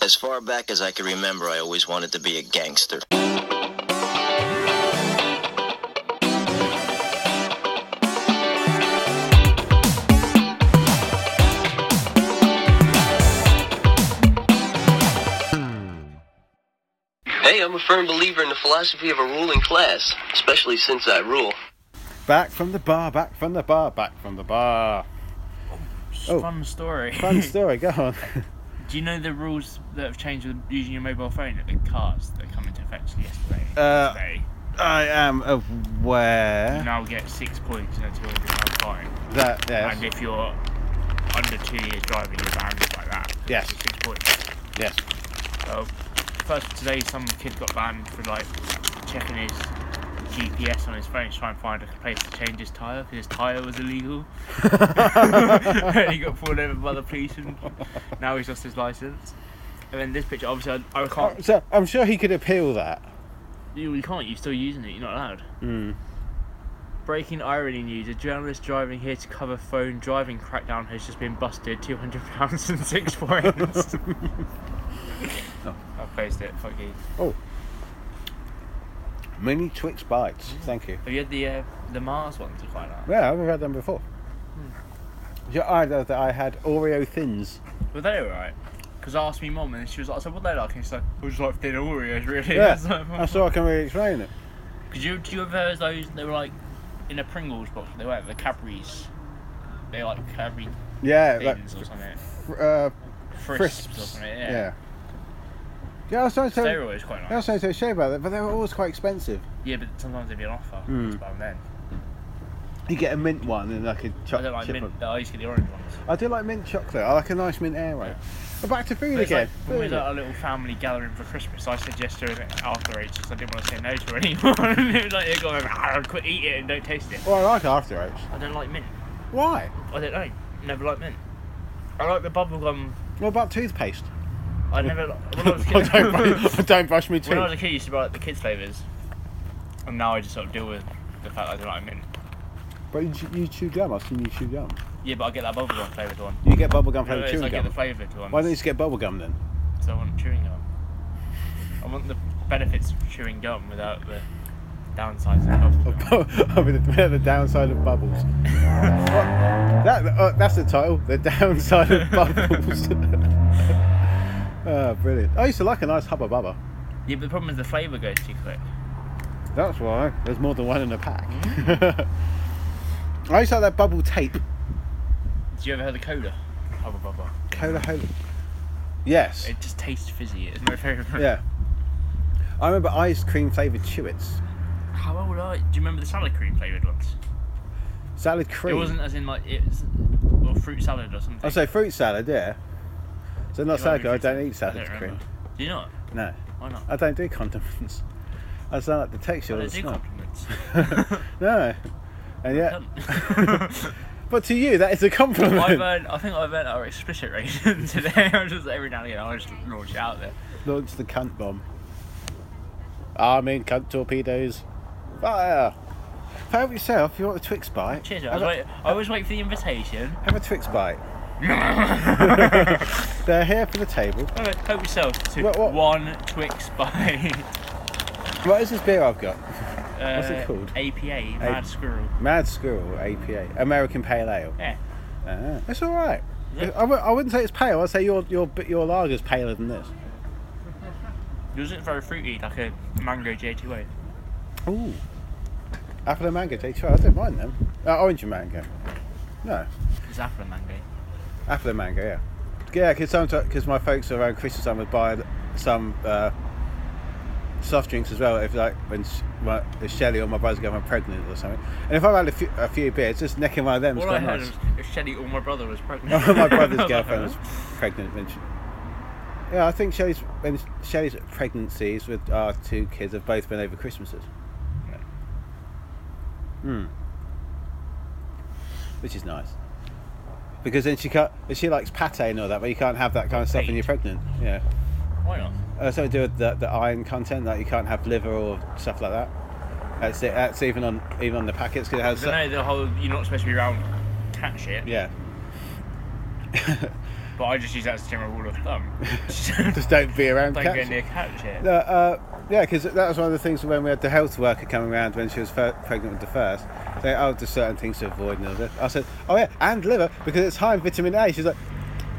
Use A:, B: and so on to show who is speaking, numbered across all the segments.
A: As far back as I can remember, I always wanted to be a gangster. Hey, I'm a firm believer in the philosophy of a ruling class, especially since I rule.
B: Back from the bar, back from the bar, back from the bar. Oh.
C: Fun story.
B: Fun story, go on.
C: Do you know the rules that have changed with using your mobile phone at the cars that come into effect yesterday?
B: Uh,
C: today?
B: I am aware
C: You now get six points and a two hundred pound fine.
B: that,
C: And
B: yes,
C: if you're under two years driving, you're banned like that.
B: Yes.
C: Six points.
B: yes.
C: So, first today, some kid got banned for like checking his GPS on his phone to try and find a place to change his tyre because his tyre was illegal. he got pulled over by the police and now he's lost his license. And then this picture, obviously, I, I
B: Oh,
C: can't.
B: so I'm sure he could appeal that.
C: You, you can't. You're still using it. You're not allowed.
B: Mm.
C: Breaking irony news: A journalist driving here to cover phone driving crackdown has just been busted. Two hundred pounds and six points. I placed it. Fuck you.
B: Oh. Mini Twix bites.
C: Mm.
B: Thank you.
C: Have you had the uh, the Mars ones? You quite like?
B: Yeah, I've had them before.
C: Hmm.
B: Yeah, I know that I had Oreo thins.
C: Were they alright? Because I asked me mum and she was like, so what they like? And she's like, it was like thin Oreos, really.
B: Yeah,
C: It's like,
B: that's all I can really explain it.
C: Could you, do you ever have those, they were like, in a Pringles box, they were the Cadbury's. They like Cadbury
B: Yeah, like
C: things or something.
B: fr- uh,
C: Frisps,
B: crisps.
C: or something, yeah.
B: yeah. Yeah, I was trying to.
C: They were always quite
B: I
C: nice.
B: was trying to say about that, but they were always quite expensive.
C: Yeah, but sometimes they'd be on offer.
B: Mm.
C: But then.
B: You get a mint one and like a
C: I
B: chocolate
C: don't like
B: chip.
C: mint,
B: one.
C: I used to get the orange ones.
B: I do like mint chocolate. I like a nice mint aero.
C: Yeah.
B: But back to food
C: But it's
B: again.
C: like, when we
B: food.
C: was at our little family gathering for Christmas, I suggested it after eight because I didn't want to say no to anyone. it was like, they're going, ah, quit, eat it and don't taste it.
B: Well, I like after oats.
C: I don't like mint.
B: Why?
C: I don't know. Never liked mint. I like the bubblegum.
B: What about toothpaste?
C: I never. li- When I was a
B: I,
C: kid,
B: don't brush, I don't brush my
C: when I was
B: teeth.
C: a kid, I used to buy like, the kids' flavours. And now I just sort of deal with the fact that I don't like mint.
B: But you, chew- you chew gum. I've seen you chew gum.
C: Yeah, but I get that bubblegum flavoured one.
B: You get bubblegum
C: No,
B: from
C: it is, I
B: chewing
C: get the
B: gum.
C: flavoured one.
B: Why don't you just get bubblegum then?
C: So I want chewing gum. I want the benefits of chewing gum without the downsides of bubblegum.
B: I mean, the, the downside of bubbles. What? that, uh, that's the title. The downside of bubbles. oh, brilliant. I used to like a nice hubba bubba.
C: Yeah, but the problem is the flavour goes too quick.
B: That's why. There's more than one in a pack. I used to like that bubble tape.
C: Did you ever heard the cola? Hubba bubba.
B: Cola Hola. Yes.
C: It just tastes fizzy. It's my favourite.
B: Yeah. I remember ice cream flavoured Chewits.
C: How old are you? Do you remember the salad cream flavoured ones?
B: Salad cream.
C: It wasn't as in like it's or fruit salad or something.
B: I say fruit salad, yeah. So not
C: You might
B: salad,
C: be
B: cream, I
C: fruit
B: don't eat Uh,
C: salad.
B: salad
C: I don't
B: cream.
C: remember. Do you not?
B: No,
C: Why not?
B: I don't do condiments. I just don't like the texture
C: Well,
B: of
C: they
B: the
C: do
B: smell.
C: compliments.
B: no. And yeah,
C: Cunt.
B: but to you, that is a compliment.
C: I've earned, I think I've earned our explicit rating today. I just every now and again I just launch it out there.
B: Launch the cunt bomb. Arm in cunt torpedoes. Fire. Help yourself. You want a Twix bite?
C: Cheers. I
B: Have a,
C: always, wait, I always wait for the invitation.
B: have a Twix bite.
C: Alright,
B: They're here for the table.
C: help yourself to
B: What- what?
C: one Twix by
B: What is this beer I've got?
C: uh,
B: What's it called?
C: APA Mad Squirrel.
B: Mad Squirrel APA. American Pale Ale.
C: Yeah.
B: Ah, it's all right.
C: Is it?
B: I, w- I wouldn't say it's pale. I'd say your your your lager's paler than this.
C: Was it very fruity, like a mango J2O?
B: Ooh. Apple and mango J2. I don't mind them. Uh, orange and mango. No,
C: It's apple and mango.
B: apple and mango. Yeah. Yeah, because sometimes because my folks around Christmas time would buy some uh, soft drinks as well. If like when sh- my, if Shelley or my brother's going pregnant or something, and if I've had a few, a few beers, just necking one of them is
C: All I
B: quite
C: heard
B: nice.
C: was Shelly or my brother was pregnant.
B: my brother's
C: I was like,
B: girlfriend was
C: huh?
B: pregnant when she, yeah, I think Shelley's when Shelley's pregnancies with our two kids have both been over Christmases. Hmm. Which is nice. Because then she can't. She likes pate and all that, but you can't have that kind of stuff when you're pregnant. Yeah.
C: Why not?
B: Uh, something to do with the, the iron content, like you can't have liver or stuff like that. That's it. That's even on even on the packets 'cause it has.
C: I know the whole you're not supposed to be around cat shit.
B: Yeah.
C: But I just use that as a general rule of thumb.
B: Just don't be around
C: Don't
B: cats.
C: go near couch here.
B: No, uh, yeah, because that was one of the things when we had the health worker coming around when she was fir- pregnant with the first. Saying, oh, there's certain things to avoid. And all this. I said, oh yeah, and liver because it's high in vitamin A. She's like,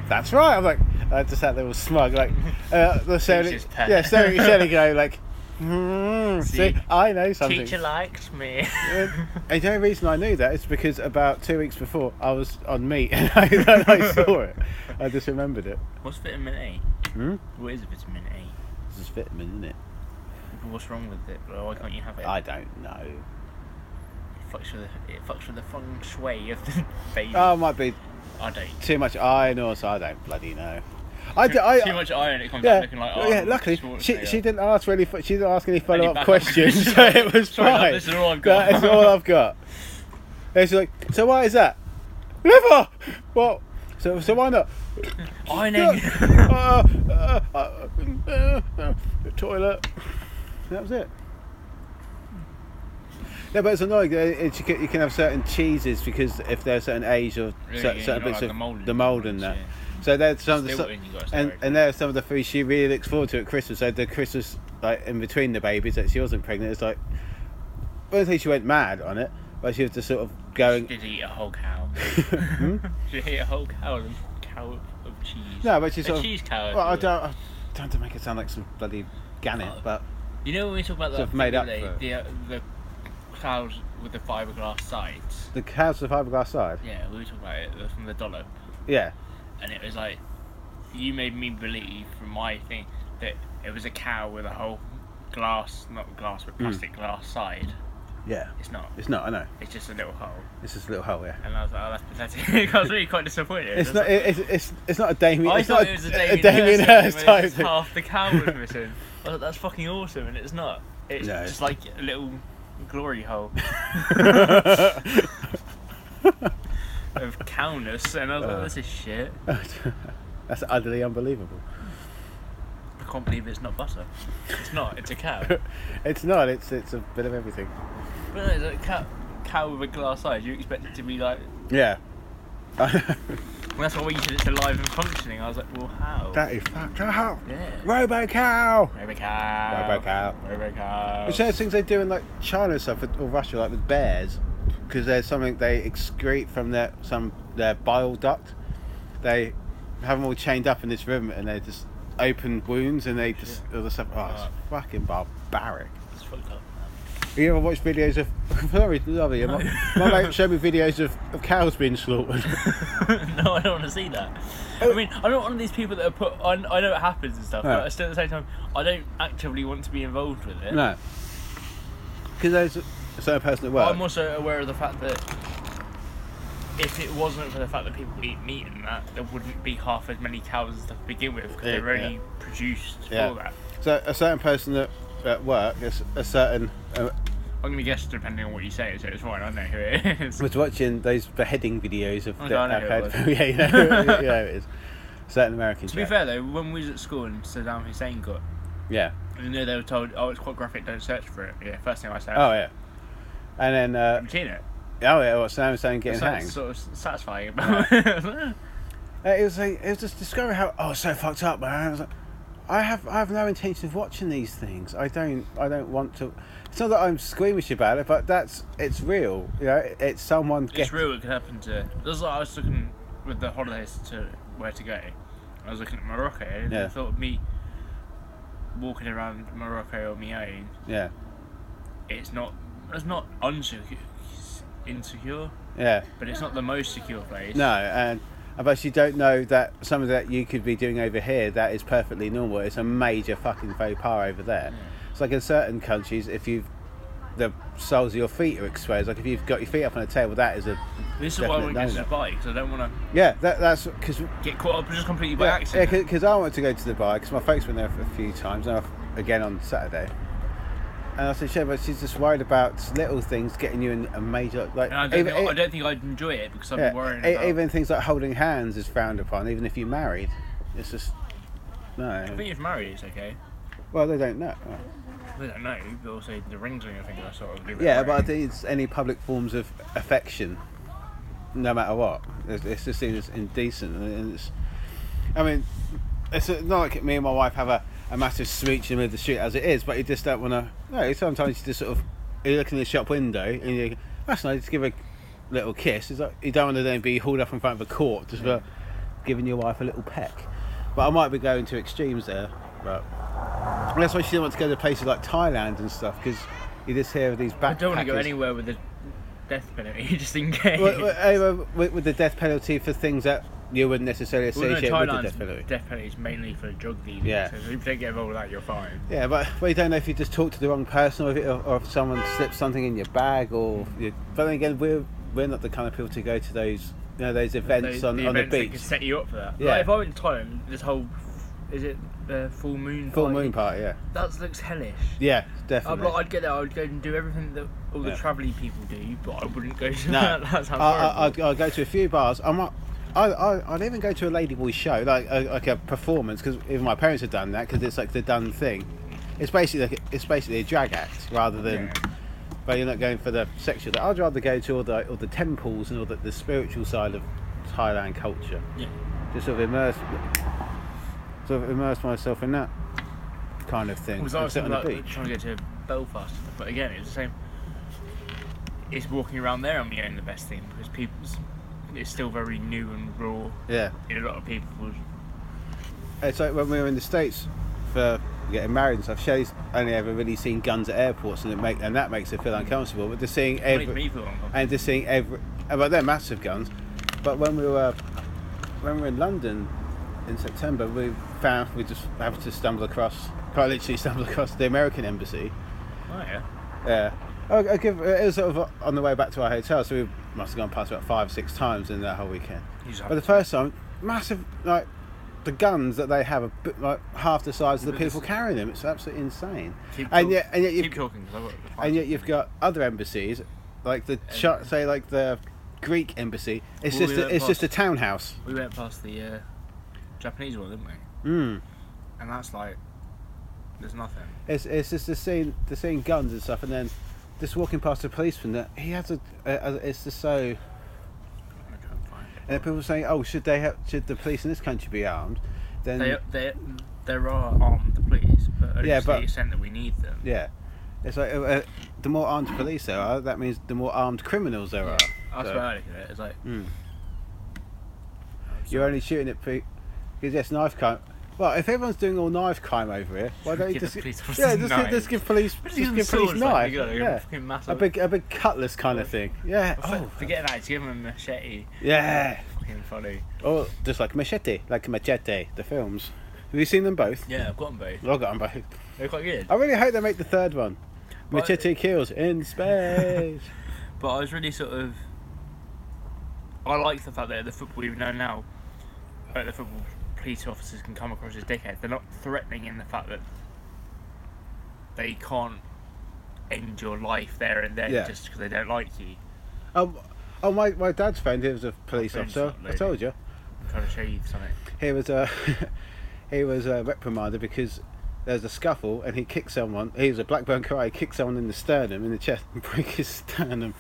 B: that's right. I'm like, I just sat there all smug, like, uh, the staring,
C: Teacher's pet.
B: yeah, staring at Shelley go like, "Hmm, see,
C: See?
B: I know something.
C: Teacher likes me.
B: And and the only reason I knew that is because about two weeks before I was on meat and I, and I saw it. I just remembered it.
C: What's vitamin A?
B: Hmm?
C: What is vitamin A?
B: This is vitamin, isn't it?
C: What's wrong with it, bro? Why can't you have it?
B: I don't know.
C: It fucks with the, it fucks with the feng shui of the baby.
B: Oh, it might be
C: I don't.
B: too much iron or so. I don't bloody know. I, d-
C: Too,
B: I-
C: too much iron. It comes
B: Yeah, Oh,
C: out looking like. oh, Arnold
B: yeah. Luckily, she,
C: Schwarzenegger.
B: she didn't ask really. fo- She didn't ask any follow up
C: backup
B: questions,
C: questions?
B: so it was
C: Sorry,
B: fine.
C: love, this is all I've
B: That is
C: got.
B: all I've got. And she's like, so why is that? Liver. Well, so so why not?
C: Ironing.
B: uh, uh, uh, uh, uh, toilet. That was it. Yeah, but it's annoying. uh, It's, you, can, you can have certain cheeses because if they're a certain age or
C: Yeah,
B: cer-
C: yeah,
B: certain
C: you know,
B: bits
C: like the
B: of
C: mould
B: the
C: and
B: mould and that.
C: things,
B: So there's some of the,
C: Still
B: so-
C: in, you gotta
B: and
C: start
B: and there's some of the food she really looks forward to at Christmas. So the Christmas like in between the babies that she wasn't pregnant, it's like I don't think she went mad on it, but she was just sort of
C: She
B: going.
C: did eat a whole cow. she ate a whole cow and a cow of cheese.
B: No, but she's
C: a
B: sort of-
C: cheese cow. if
B: Well, I
C: you will.
B: don't. I don't have to make it sound like some bloody gannet,
C: Oh.
B: but
C: You know when we talk about
B: Sort
C: that
B: of made
C: thing
B: up
C: with
B: for it.
C: the, the, uh, the cows with the fiberglass sides.
B: the cows of the fiberglass side.
C: Yeah, we were talking about it uh, from the dollop,
B: Yeah.
C: and it was like you made me believe from my thing that it was a cow with a whole glass, not glass,
B: Hmm.
C: but plastic glass side.
B: Yeah.
C: It's not.
B: It's not. I know.
C: It's just a little hole.
B: It's just a little hole. Yeah.
C: And I was like, oh, that's pathetic. I was really quite disappointed.
B: It's
C: I was
B: not.
C: like,
B: It's, it's it's not a Damien.
C: I
B: it's
C: thought
B: not
C: it was a
B: a
C: Damien,
B: Damien Hirst
C: when
B: type
C: it's
B: thing.
C: Half the cow was missing. I thought that's fucking awesome, and it's not. It's
B: No.
C: just like a little glory hole of cowness, and I was
B: Uh.
C: like, this is shit.
B: That's utterly unbelievable.
C: I can't believe it's not butter. It's not. It's a cow.
B: It's not. It's it's a bit of everything.
C: but no, it's a cow, cow with a glass eye. You expect it to be like.
B: Yeah.
C: And that's why when you said it's alive and functioning, I was like, well, how?
B: that is fucked up.
C: yeah.
B: Robo cow.
C: Robo cow.
B: Robo cow.
C: Robo cow.
B: It's those things they do in like China and stuff or Russia, like with bears, because there's something they excrete from their some their bile duct. They have them all chained up in this room, and they just open wounds, and they just all the stuff. Oh, it's
C: Right.
B: fucking barbaric.
C: It's fucked up.
B: You ever watch videos of? Sorry, lovely. My, my mate showed me videos of, of cows being slaughtered.
C: no, I don't want to see that.
B: Oh.
C: I mean, I'm not one of these people that are put. I, I know it happens and stuff,
B: No.
C: but still at the same time, I don't actively want to be involved with it.
B: no, because there's a certain person at
C: But I'm
B: work.
C: also aware of the fact that if it wasn't for the fact that people eat meat and that, there wouldn't be half as many cows and stuff to begin with because
B: Yeah,
C: they're only
B: yeah.
C: produced
B: Yeah.
C: for that.
B: So a certain person at, at work, a, s- a certain uh,
C: I'm gonna guess depending on what you say, so it's fine. I know who it is.
B: was watching those beheading videos of
C: Oh,
B: the
C: I know who it
B: arcade-
C: was.
B: yeah, you know, who- you know who it is. Certain American.
C: to be
B: chap.
C: fair though, when we was at school and Saddam Hussein got,
B: Yeah.
C: you know, they were told, "Oh, it's quite graphic. Don't search for it." Yeah, first thing I said.
B: Oh yeah. And then uh,
C: I've seen it.
B: oh yeah, well, Sam was saying getting
C: So-
B: hanged.
C: sort of satisfying about it.
B: Uh, it was like, it was just discovering how oh it's so fucked up man. I was like, I have I have no intention of watching these things. I don't I don't want to. It's not that I'm squeamish about it, but that's it's real. You know, it- it's someone
C: It's
B: getting.
C: real. It could happen to. This is what I was looking with the holidays to where to go. I was looking at Morocco and
B: Yeah.
C: I thought me walking around Morocco on my own.
B: Yeah,
C: It's not. It's not unsecure, insecure,
B: yeah.
C: but it's not the most secure place.
B: No, and but you don't know that some of that you could be doing over here that is perfectly normal. It's a major fucking faux pas over there. It's like in certain countries, if you've the soles of your feet are exposed, like if you've got your feet up on a table, that is a
C: This is why I
B: Definite
C: want to get to
B: no-no.
C: Dubai because I don't want to
B: yeah. That, that's because
C: get caught up just completely by
B: yeah,
C: accident.
B: because I wanted to go to Dubai because my folks went there for a few times and I've, again on Saturday. And I said, "Sure, but she's just worried about little things getting you in a major like."
C: and I don't,
B: even- e-
C: think, I don't think I'd enjoy it because I'm
B: Yeah,
C: worrying
B: e-
C: about.
B: even things like holding hands is frowned upon, even if you're married. It's just
C: I
B: no.
C: think if married, it's okay.
B: Well, they don't know.
C: I don't know, but also the rings on your finger are sort of. a bit
B: Yeah,
C: worrying.
B: but I think it's any public forms of affection, no matter what. It's, it's just seen as indecent, and it's I mean, it's not like me and my wife have a, a massive speech in the middle of the street as it is, but you just don't want to. No, sometimes you just sort of you look in the shop window and you that's nice, just give a little kiss. It's like you don't want to then be hauled up in front of a court just for giving your wife a little peck. But I might be going to extremes there, but and that's why she didn't want to go to places like Thailand and stuff because you just hear of these backpackers.
C: I don't want to go anywhere with the death penalty, just in case.
B: Well, well, anyway, with, with the death penalty for things that you wouldn't necessarily
C: Well, no,
B: associate with the
C: Thailand's
B: death penalty.
C: is mainly for drug dealers.
B: Yeah.
C: So if you don't get involved with that, you're fine.
B: Yeah, but we don't know if you just talk to the wrong person or if, it, or if someone slips something in your bag or. You, but then again, we're we're not the kind of people to go to those you know those events
C: Those-
B: on, on the
C: events that
B: beach.
C: could set you up for that.
B: Yeah.
C: Like, if I went to Thailand, this whole is it the full moon?
B: Full
C: party?
B: moon party, yeah,
C: That looks hellish.
B: yeah,
C: I'd,
B: definitely.
C: like, I'd get there, I'd go and do everything that all the
B: Yeah.
C: travelling people do, but I wouldn't go to
B: no,
C: that. That sounds
B: I, I,
C: horrible.
B: I'd, I'd go to a few bars. I might. I, I, I'd even go to a Ladyboy show, like a, like a performance, because even my parents had done that, because it's like the done thing. It's basically like, it's basically a drag act rather than, but you're not going for the sexual. I'd rather go to all the all the temples and all the, the spiritual side of Thailand culture.
C: Yeah.
B: Just sort of immerse, sort of immerse myself in that kind of thing.
C: was
B: and
C: I was
B: sit on
C: thinking
B: the
C: about
B: beach.
C: trying to go to Belfast, but again, it was the same. It's walking around there I'm getting the best thing because people's it's still very new and raw
B: Yeah.
C: in a lot of people's.
B: It's like Uh, when we were in the States for getting married and stuff, Shelley's only ever really seen guns at airports and it make and that makes her feel uncomfortable. But just seeing
C: Every,
B: every
C: me feel uncomfortable.
B: and just seeing every uh, but they're massive guns. But when we were when we were in London in September we found we just happened to stumble across quite literally stumble across the American embassy.
C: Oh yeah.
B: Yeah. I, I give, it was sort of on the way back to our hotel, so we must have gone past about five, six times in that whole weekend.
C: You just
B: But the first time, massive, like, the guns that they have are bi- like half the size of the
C: But this-
B: people carrying them. It's absolutely insane.
C: Keep
B: and
C: talk-
B: yet, and yet
C: keep
B: you've,
C: talking because I've got. to
B: and yet you've got other embassies, like the Chi- say like the Greek embassy. It's
C: Well,
B: just
C: we
B: a,
C: went
B: it's just a
C: past-
B: townhouse.
C: We went past the uh, Japanese one, didn't we?
B: Mm.
C: And that's like, there's nothing.
B: It's it's just the same the same guns and stuff, and then just walking past the policeman. That he has a, a, a it's just so.
C: I can't find it.
B: And then people saying, oh, should they have, should the police in this country be armed? Then
C: They, they, there are armed the police, but only
B: Yeah,
C: to
B: but-
C: the extent that we need them.
B: yeah, it's like uh, uh, the more armed police there are, that means the more armed criminals there are.
C: I
B: So-
C: swear I look at it. It's like
B: Mm. You're only shooting at people because yes, knife crime. Well, if everyone's doing all knife crime over here, why don't you
C: Give the
B: just
C: police
B: yeah,
C: officers
B: just, gi- just give police
C: What
B: just
C: is he
B: give
C: on
B: police
C: swords like?
B: knife,
C: You got a
B: yeah,
C: fucking
B: a
C: massive-
B: big a big cutlass kind of thing, yeah,
C: oh,
B: oh,
C: forget that. It's giving him a machete.
B: yeah,
C: Fucking funny.
B: or just like machete, like machete, the films. Have you seen them both?
C: Yeah, I've got them both.
B: I got them both.
C: They're quite good.
B: I really hope they make the third one.
C: Well,
B: Machete kills in space.
C: But I was really sort of. I like the fact that the football, even though now, like the football police officers can come across as dickheads, they're not threatening in the fact that they can't end your life there and then
B: Yeah.
C: just because they don't like you.
B: um, oh, my, my dad's friend, he was a police
C: Friend's
B: officer. I
C: not lady.
B: told you.
C: I'm trying to show you something.
B: He was a he was a reprimanded because there was a scuffle and he kicked someone. He was a Blackburn Karate, kicked someone in the sternum, in the chest, and broke his sternum.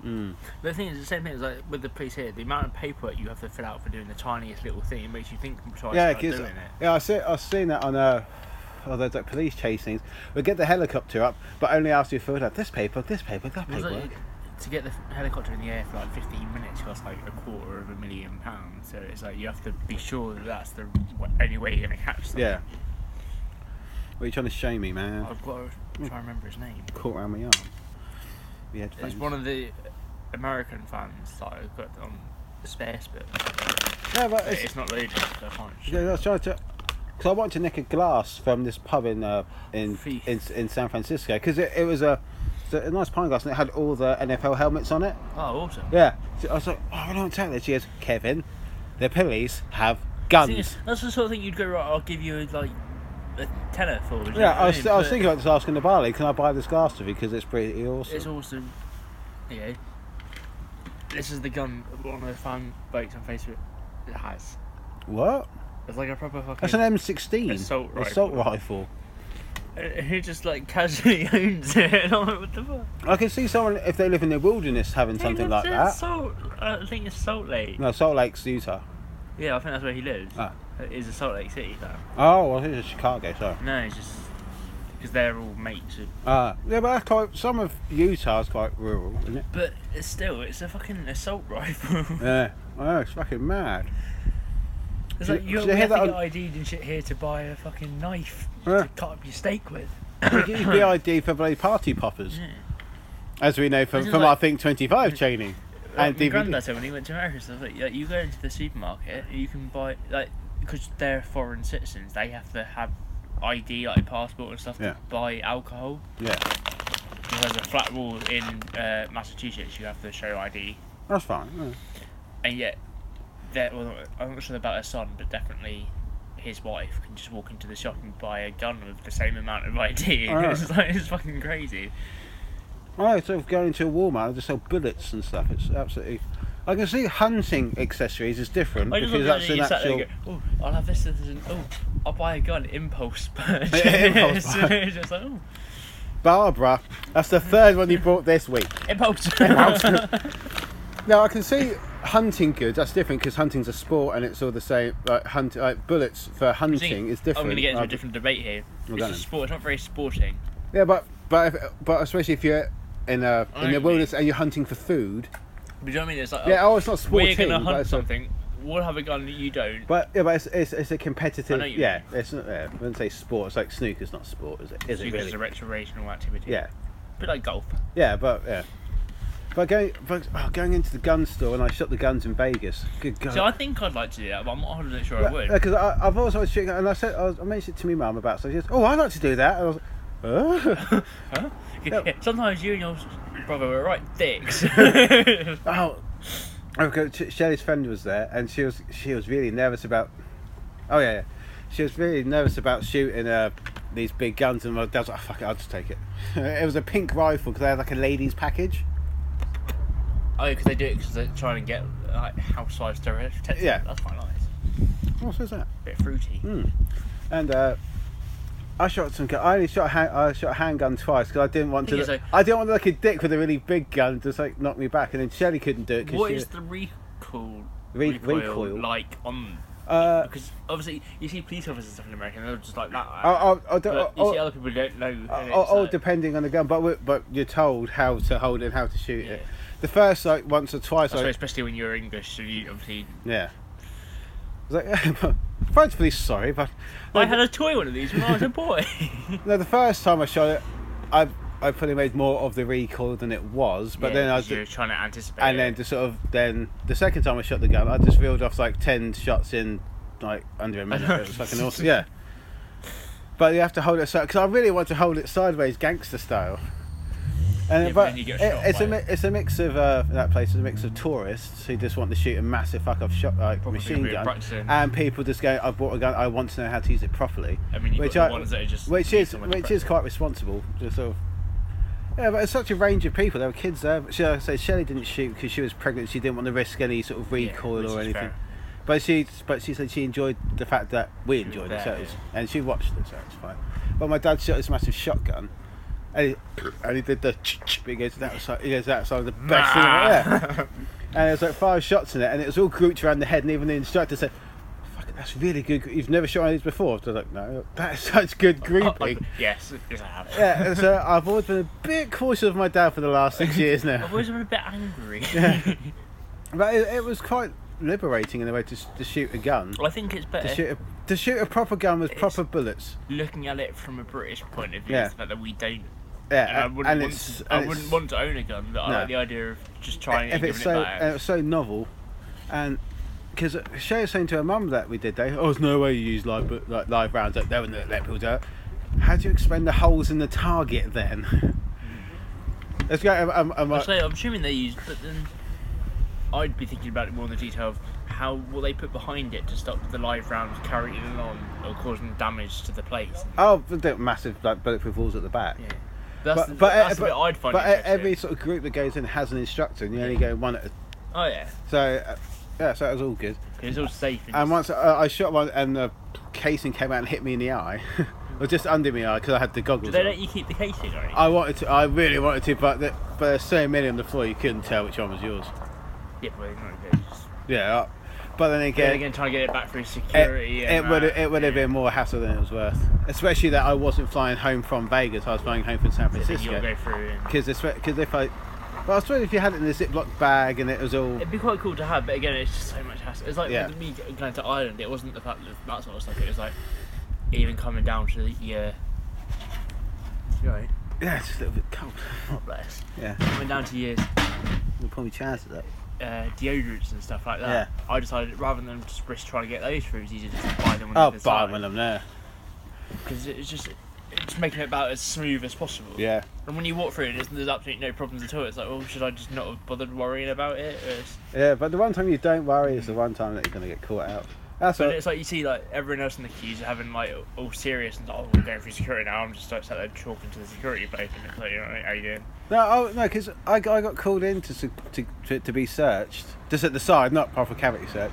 C: But the thing is, the same thing is like with the police here. The amount of paperwork you have to fill out for doing the tiniest little thing it makes you think twice
B: yeah,
C: about doing
B: 'cause-
C: it.
B: yeah, I see, I've seen that on uh Oh, those like police chasings. We get the helicopter up, but only after you filled out this paper, this paper, that
C: Was
B: paper.
C: it- to get the f- helicopter in the air for like 15 minutes costs like a quarter of a million pounds. So it's like you have to be sure that that's the w- only way you're gonna catch them.
B: Yeah. What are you trying to shame me, man?
C: I've got to try and remember his name.
B: caught around my arm. The headphones.
C: It's one of the American fans that I've got on the space, but
B: No, but
C: it's,
B: it's,
C: not loaded, so I can't. show
B: yeah, I was trying to. Because I wanted to nick a glass from this pub in uh, in,
C: Thief.
B: in in San Francisco because it, it was a, it's a nice pint glass and it had all the NFL helmets on it.
C: Oh, awesome.
B: Yeah, so I was like, oh, I don't take this. She goes, Kevin, the police have
C: See, it's-
B: guns.
C: that's the sort of thing you'd go right. I'll give you like a tenner for. do you know
B: Yeah,
C: what
B: I was,
C: mean?
B: I was
C: But
B: thinking about this asking the barley, can I buy this glass of you because it's pretty
C: It's
B: awesome.
C: awesome. You know, this is the gun one of the fan folks on Facebook has.
B: What?
C: It's like a proper fucking.
B: That's an M16
C: Assault rifle.
B: Assault rifle.
C: Uh, Who just like casually owns it? And I'm like, what the fuck?
B: I can see someone if they live in the wilderness having something like that.
C: Salt. uh, I think it's Salt Lake.
B: No, Salt Lake's Utah.
C: Yeah, I think that's where he lives.
B: Ah.
C: is a Salt Lake City fan.
B: Oh, well, he's a Chicago, sorry.
C: No, it's just because they're all mates. of-
B: Uh, yeah, but that's quite. Some of Utah's quite rural, isn't it?
C: But it's still, it's a fucking assault rifle.
B: Yeah. I know, it's fucking mad.
D: It's
B: Did-
D: like you,
B: did
D: we
B: you hear
D: have to
B: that
D: get
B: on-
D: ID'd and shit here to buy a fucking knife
B: Yeah.
D: to cut up your steak with.
B: We give you the ID for bloody party poppers.
C: Yeah.
B: As we know from,
C: Isn't
B: from
C: like-
B: our Think 25 chaining.
C: Like,
B: And
C: my
B: DVD.
C: granddad said when he went to America, stuff like, like you go into the supermarket, and you can buy like because they're foreign citizens, they have to have ID, like passport and stuff,
B: Yeah.
C: to buy alcohol.
B: Yeah.
C: Because there's a flat rule in uh, Massachusetts, you have to show ID,
B: That's fine. yeah.
C: and yet, that well, I'm not sure about her son, but definitely his wife can just walk into the shop and buy a gun with the same amount of ID.
B: Alright.
C: it's like it's fucking crazy.
B: Oh, sort of going to a Walmart and just sell bullets and stuff. It's absolutely. I can see hunting accessories is different
C: I just
B: because
C: love
B: that's
C: that
B: an
C: you sat there
B: actual.
C: and go, oh, I'll have this, this, this and oh, I'll buy a gun, impulse purchase.
B: Impulse
C: So
B: buy.
C: it's just like, oh,
B: Barbara, that's the third one you bought this week.
C: impulse.
B: Now I can see hunting goods. That's different because hunting's a sport and it's all the same. Like hunt, like bullets for hunting is different.
C: I'm going to get into a
B: rather-
C: different debate here.
B: Well,
C: it's
B: go
C: a
B: then.
C: sport, it's not very sporting.
B: Yeah, but but if, but especially if you're in a in
C: I know what
B: the
C: you
B: wilderness and you're hunting for food.
C: But do you know what I mean? It's like,
B: yeah,
C: oh,
B: oh, it's not
C: we're
B: sporting.
C: going to
B: but
C: hunt
B: it's a-
C: something, we'll have a gun that you don't.
B: But yeah, but it's it's, it's a competitive.
C: I know you
B: yeah, it's not. Yeah, I wouldn't say sport. It's like snooker's not sport, is it? Is
C: so
B: it
C: you
B: really?
C: it's a recreational activity.
B: Yeah, Uh-huh.
C: A bit like golf.
B: yeah, but yeah. But going, but, oh, going into the gun store and I shot the guns in Vegas. Good God.
C: So I think I'd like to do that, but I'm not 100% sure I would.
B: Because I've always always chicken, and I said I, was, I mentioned it to my mum about. So she goes, "Oh, I like to do that." And I was, like, oh,
C: Huh?
B: Yeah.
C: Sometimes you and your s- brother were right dicks. That's
B: oh. Okay, Sh- Shelley's friend was there, and she was she was really nervous about. Oh yeah, yeah. she was really nervous about shooting uh, these big guns, and my dad was like, oh, "Fuck it, I'll just take it." it was a pink rifle because they had like a ladies' package.
C: Oh, because they do it because they're trying to get like housewives to protect.
B: Yeah.
C: them. that's quite nice.
B: What was that?
C: bit fruity.
B: Mm, And uh, I shot some. Gun. I only shot. A hand, I shot a handgun twice because I didn't want to.
C: Thing is,
B: look-
C: like-
B: I didn't want to look a dick with a really big gun, just like knock me back. And then Shelley couldn't do it because
C: What
B: she.
C: is the recoil,
B: Re-
C: recoil,
B: recoil.
C: like on?
B: uh,
C: Because obviously you see police officers and stuff in America, and they're just like that.
B: I, I, I don't,
C: but
B: I,
C: you see
B: I-
C: other people who don't know. and
B: I-
C: it's
B: I- all
C: like-
B: depending on Oh, the gun, but we- but you're told how to hold it, how to shoot it.
C: Yeah.
B: The first like once or twice,
C: I suppose
B: I,
C: especially when you're English, so you obviously.
B: yeah. I was like, frankly, sorry, but
C: I had a toy one of these when I was a boy.
B: No, the first time I shot it, I I probably made more of the recoil than it was, but
C: Yeah,
B: then I
C: 'cause
B: did-
C: you're trying to anticipate.
B: and
C: it.
B: then to sort of then the second time I shot the gun, I just reeled off like ten shots in like under a minute. It was fucking awesome. Yeah. But you have to hold it so because I really want to hold it sideways, gangster style. And
C: Yeah, but
B: but
C: then you get
B: it-
C: shot
B: it's
C: by
B: a mi- it's a mix of uh, in that place. It's a mix of tourists who just want to shoot a massive fuck off shot like
C: Probably
B: machine
C: we're
B: gun,
C: practicing.
B: and people just go, "I bought a gun. I want to know how to use it properly."
C: I mean, you've
B: which
C: got
B: I-
C: the ones that are just
B: which
C: need
B: is
C: someone to
B: which
C: practice.
B: is quite responsible. Just sort of. Yeah, but it's such a range of people. There were kids there. But she, like I say Shelley didn't shoot because she was pregnant. She didn't want to risk any sort of
C: Yeah,
B: recoil
C: which
B: or
C: is
B: anything.
C: fair.
B: But she, but she said she enjoyed the fact that we
C: was
B: enjoyed
C: there,
B: it, so it was-
C: yeah.
B: and she watched it, so it's fine. But my dad shot this massive shotgun, and he, and he did the ch ch he goes that was like, he goes that's like the best thing. Ever. Yeah. And there's like five shots in it, and it was all grouped around the head, and even the instructor said. "Fuck, That's really good. gr- You've never shot one of these before. So I was like, no, that is such good
C: Oh,
B: grouping.
C: I- yes, yes, I have.
B: Yeah, and so I've always been a bit cautious of my dad for the last six years now.
C: I've always been a bit angry.
B: But it, it was quite liberating in a way to, s- to shoot a gun.
C: I think it's better
B: To shoot a, to shoot a proper gun with
C: It's-
B: proper bullets.
C: looking at it from a British point of view.
B: Yeah.
C: It's the fact that we don't. And
B: Yeah,
C: I
B: and,
C: wouldn't, want,
B: it's,
C: to,
B: and
C: I wouldn't
B: it's-
C: want to own a gun, but I
B: No.
C: like the idea of just trying
B: if
C: it and
B: it's
C: giving
B: so uh,
C: it
B: and
C: back.
B: it's so novel, and because Shay was saying to her mum that we did, they oh, there's no way you use live bu- like live rounds. Like, they wouldn't let people do it. How do you explain the holes in the target then? Let's go. Um, um, um, uh,
C: Actually, I'm assuming they used, but then I'd be thinking about it more in the detail of how what they put behind it to stop the live rounds carrying it on or causing damage to the place.
B: oh, they do massive like bulletproof walls at the back.
C: Yeah. That's, the,
B: but but,
C: that's
B: but,
C: the bit I'd find
B: but
C: interesting.
B: every sort of group that goes in has an instructor, and you only go one at a
C: Oh, yeah.
B: so. Uh, yeah, so that was all good.
C: 'cause It's all safe. And
B: And once uh, I shot one, and the casing came out and hit me in the eye, or just under my eye because I had the goggles.
C: do they
B: on.
C: let you keep the casing or anything?
B: I wanted to, I really wanted to, but the, but there's so many on the floor you couldn't tell which one was yours.
C: yeah, but they're not good.
B: Yeah, I, But then
C: Then
B: again,
C: again, trying to get it back through
B: it,
C: security.
B: it
C: and uh,
B: would
C: that.
B: it would have been more hassle than it was worth. Especially that I wasn't flying home from Vegas. I was flying home from San
C: I think You'll
B: Francisco.
C: go through. And...
B: Because because if I, well, I suppose if you had it in a Ziploc bag and it was all
C: It'd be quite cool to have, but again, it's just so much hassle. It's like
B: Yeah.
C: with me going to Ireland. It wasn't the fact that that sort of stuff. It was like even coming down to the yeah. Right.
B: yeah, it's just a little bit cold.
C: Not blessed.
B: Yeah,
C: Coming down to years
B: we'll probably chance at that.
C: uh, deodorants and stuff like that. I decided rather than just risk trying to get those through, it's easier to just buy them.
B: Oh, buy when I'm there.
C: Because it's just it's making it about as smooth as possible.
B: Yeah,
C: And when you walk through it, there's, there's absolutely no problems at all. It's like, well, should I just not have bothered worrying about it? Or it's-
B: yeah. But the one time you don't worry is the one time that you're gonna get caught out. That's
C: But
B: what.
C: it's like you see, like everyone else in the queues are having like all serious and like, oh, we're going through security now. I'm just like sat there talking to the security bloke and it's like, you know, how you doing?
B: No, oh, no, because I, got- I got called in to, se- to, to to be searched just at the side, not proper cavity search,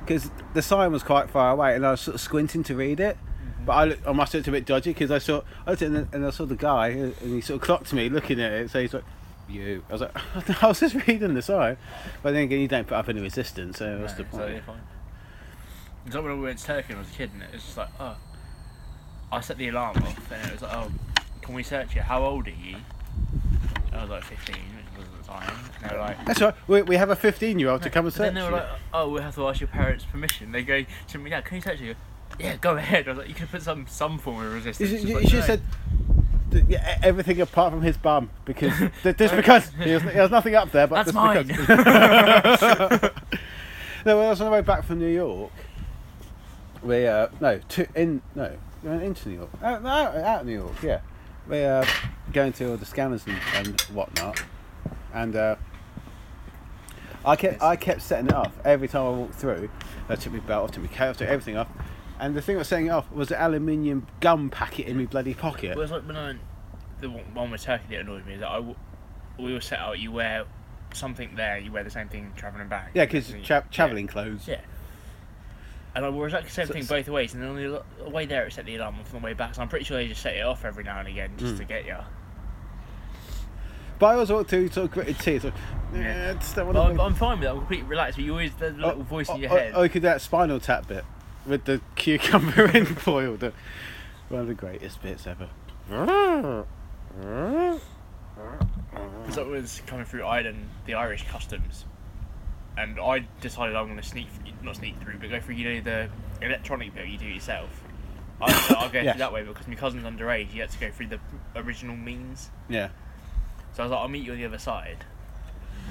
B: because the sign was quite far away, and I was sort of squinting to read it.
C: Mm-hmm.
B: But I, look, I must have looked a bit dodgy because I saw I looked at it and, and I saw the guy and he sort of clocked me looking at it. So he's like, "You." I was like, "I was just reading the sign," but then again, you don't put up any resistance, so what's the
C: No, it's like,
B: point?
C: you're fine. It's like when I went to Turkey when I was a kid, and it was just like, oh, I set the alarm off, and it was like, oh, can we search you? How old are you? I was like 15, which wasn't the time. And they were like,
B: That's all right. We, we have a fifteen-year-old to come and
C: But
B: search.
C: Then they were
B: you.
C: like, oh, we have to ask your parents' permission. They go to me now, can you touch you? Yeah, go ahead. I was like, you could put some some form of
B: You
C: resistance.
B: should,
C: It's
B: you
C: like,
B: should
C: no.
B: have said th- yeah, e- everything apart from his bum because th- just because he has, he has nothing up there. But
C: That's
B: just
C: mine.
B: Because. no, when I was on the way back from New York, we uh, no to in no we went into New York out, no, out, out of New York yeah we uh, going to all the scanners and, and whatnot and. Uh, I kept I kept setting it off every time I walked through. I took my belt off, took my coat off, took everything off. And the thing that was setting it off was an aluminium gum packet in my bloody pocket.
C: Well, it's like when I, the one one with Turkey that annoyed me is that I, w- we were set out. You wear something there, you wear the same thing traveling back.
B: Yeah, because
C: Basically.
B: tra- travelling clothes.
C: Yeah. And I wore exactly the same
B: So-
C: thing
B: so-
C: both ways, and then on the l- way there it set the alarm off, and on the way back, so I'm pretty sure they just set it off every now and again just
B: Hmm.
C: to get you.
B: But I always walked through sort of gritted teeth. Like, yeah,
C: Yeah.
B: I just don't
C: But
B: want
C: I'm,
B: to.
C: I'm fine with it. I'm completely relaxed. But you always there's a
B: Uh,
C: little voice in your head.
B: Oh, you could do that spinal tap bit with the cucumber in foil. The, one of the greatest bits ever.
C: Because I was coming through Ireland, the Irish customs, and I decided I'm going to sneak, not sneak through, but go through, you know, the electronic bit you do yourself. I thought I'll go
B: Yes.
C: through that way because my cousin's underage, he had to go through the original means.
B: Yeah.
C: So I was like, I'll meet you on the other side.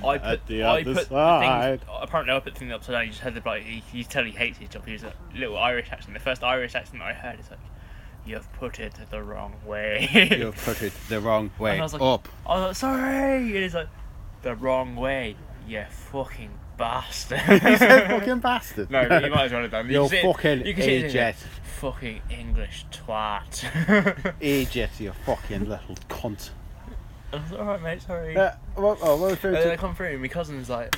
C: I put,
B: At the
C: I
B: other
C: put the
B: side.
C: things, apparently I put the thing upside down, you just heard the like, he, you tell he hates his job, he was a little Irish accent. The first Irish accent I heard is like, you've put it the wrong way.
B: You've put it the wrong way
C: And I was like,
B: up.
C: I was like, Oh, sorry. And he's like, the wrong way, you fucking bastard.
B: He said fucking bastard.
C: No, but you might as well have done.
B: You're
C: can see it-
B: fucking
C: you can see it in his
B: idiot.
C: eyes, Fucking English twat.
B: Idiot, you fucking little cunt.
C: I was like, alright, mate, sorry.
B: Uh, well, oh, well, through
C: and then I
B: to,
C: come through, and my cousin's like,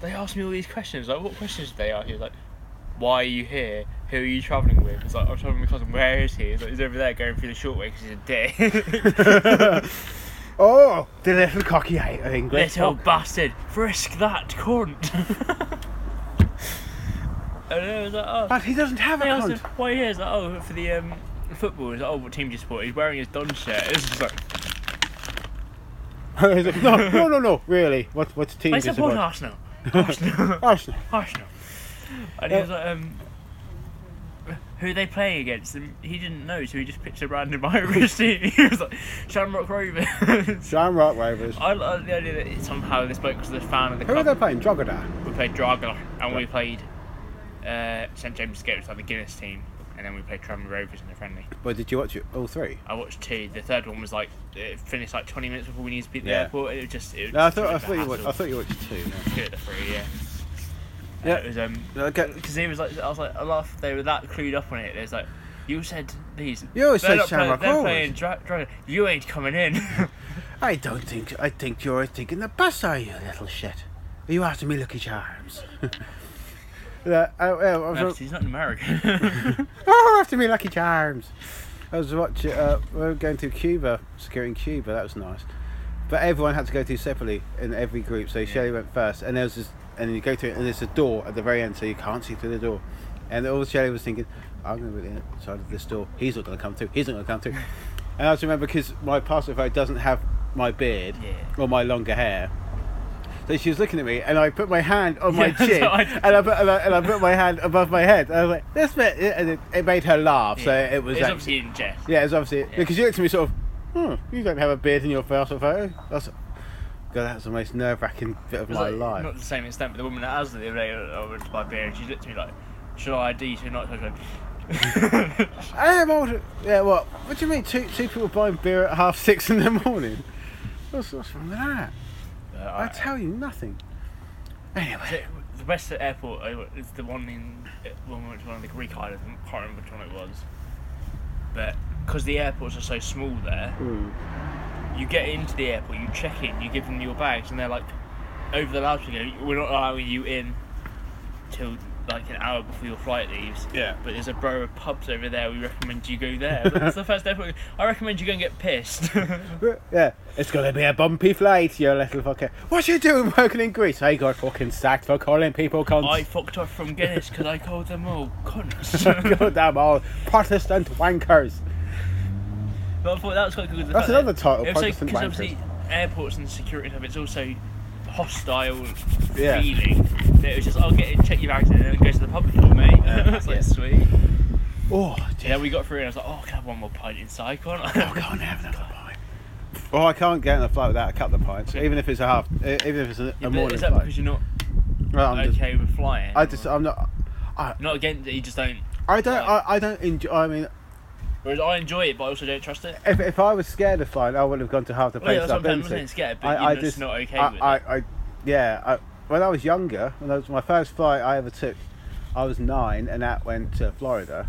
C: they asked me all these questions. Like, what questions did they ask? He was like, why are you here? Who are you travelling with? It's like, I'm travelling with my cousin. Where is he? He's like, he's over there going through the short way because he's a dick.
B: oh, the little cocky hate of English. Oh,
C: Little bastard, frisk that cunt. and I was like, oh.
B: but he doesn't have a
C: They asked him
B: cunt.
C: why he is. Like, oh, for the um, football. He's like, oh, what team do you support? He's wearing his Don shirt. It's just like,
B: He's like, no, no, no, no, really. What, what team
C: I
B: is it?
C: support
B: about?
C: Arsenal. Arsenal.
B: Arsenal.
C: Arsenal. And he was like, um, who they playing against? And he didn't know, so he just picked a random Irish team. He was like, Shamrock Rovers.
B: Shamrock Rovers.
C: I like the idea that somehow this bloke was the fan of the
B: Who are
C: club.
B: they playing? Drogheda.
C: We played Draga and we played uh, St James Scouts, like the Guinness team, and then we played Tranmere Rovers in the friendly.
B: Well, did you watch it? All three?
C: I watched two. The third one was like it finished like 20 minutes before we needed to be at the
B: Yeah.
C: airport. It was just it was
B: No, I
C: just
B: thought, I
C: such a
B: thought you watched. I
C: hassle.
B: thought you watched two.
C: two of the three, yeah.
B: Yeah.
C: It was um
B: No. Okay.
C: because he was like I was like I laughed they were that clued up on it. It was like you said these.
B: You always
C: They're
B: said
C: not playing-
B: Shamrock
C: They're
B: Rovers.
C: playing Dra- Draga. You ain't coming in.
B: I don't think. I think you're thinking the bus, are you, little shit? Are you after me, Lucky Charms? yeah, I, I, I was,
C: No, 'cause he's not an American.
B: Oh, after me, Lucky Charms. I was watching. Uh, we were going to Cuba, securing Cuba. That was nice. But everyone had to go through separately in every group. So Shelley went first, and there was this and then you go to it, and there's a door at the very end, so you can't see through the door. And all Shelley was thinking, I'm going to be at the outside of this door. He's not going to come through. He's not going to come through. and I just remember because my passport photo doesn't have my beard
C: Yeah.
B: or my longer hair. So she was looking at me, and I put my hand on my
C: Yeah, that's
B: chin,
C: what I
B: and, I put, and, I, and I put my hand above my head. And I was like, "This bit," and it, it made her laugh. So it was,
C: It's
B: like-
C: obviously in jest.
B: yeah, it's obviously because you looked at me sort of, hmm, you don't have a beard in your passport photo. That's God, that was the most nerve-wracking bit of
C: It was
B: my
C: like,
B: life.
C: Not the same extent, but the woman that has the other day, I went to buy beer and she looked at me like, "Should I ID? Should I not?" Should I go,
B: I am older. Yeah, what? What do you mean? Two two people buying beer at half six in the morning? What's, what's wrong with that?
C: Uh,
B: I tell you nothing. Anyway,
C: The best airport uh, is the one in uh, when we went to one of the Greek islands. I can't remember which one it was, but because the airports are so small there, you get into the airport, you check in, you give them your bags, and they're like, over the loudspeaker, we're not allowing you in till like an hour before your flight leaves.
B: Yeah.
C: But there's a borough of pubs over there. We recommend you go there. That's the first airport. I recommend you go and get pissed.
B: yeah, it's gonna be a bumpy flight, you little fucker. What you doing working in Greece? I got fucking sacked for calling people
C: I
B: cunts.
C: fucked off from Guinness because I called them all cunts.
B: Goddamn all Protestant wankers.
C: But I thought that was quite good. with the
B: That's
C: fact that-
B: another title,
C: It was
B: Protestant
C: because
B: Wankers.
C: obviously airports and security and stuff, it's also hostile
B: Yeah.
C: feeling. That it was just, I'll get it, check your bags, in," and then it goes to the pub with you, mate.
B: Yeah.
C: it's like
B: Yeah.
C: sweet.
B: Oh,
C: Yeah, we got through, and I was like, oh, can I have one more pint inside? Can't I?
B: I can't have another pint. Oh, I can't get on a flight without a couple of pints, even if it's a half, e, even if it's a,
C: Yeah,
B: a
C: but
B: morning
C: is that
B: flight.
C: because you're not
B: Well, I'm just-
C: okay with flying?
B: I
C: or-
B: just, I'm not. I,
C: not against it, you just don't.
B: I don't, I,
C: Right.
B: I don't enjoy. I mean,
C: Whereas I enjoy it, but I also don't trust it.
B: if, if I was scared of flying, I would have gone to half the
C: Well, yeah,
B: places
C: that's what
B: I've
C: I'm saying.
B: been
C: I'm saying
B: to.
C: scared, but
B: I-
C: you're
B: I
C: just
B: just-
C: not okay with it.
B: I, I, I, yeah. I, when I was younger, when I was my first flight I ever took, I was nine, and that went to Florida.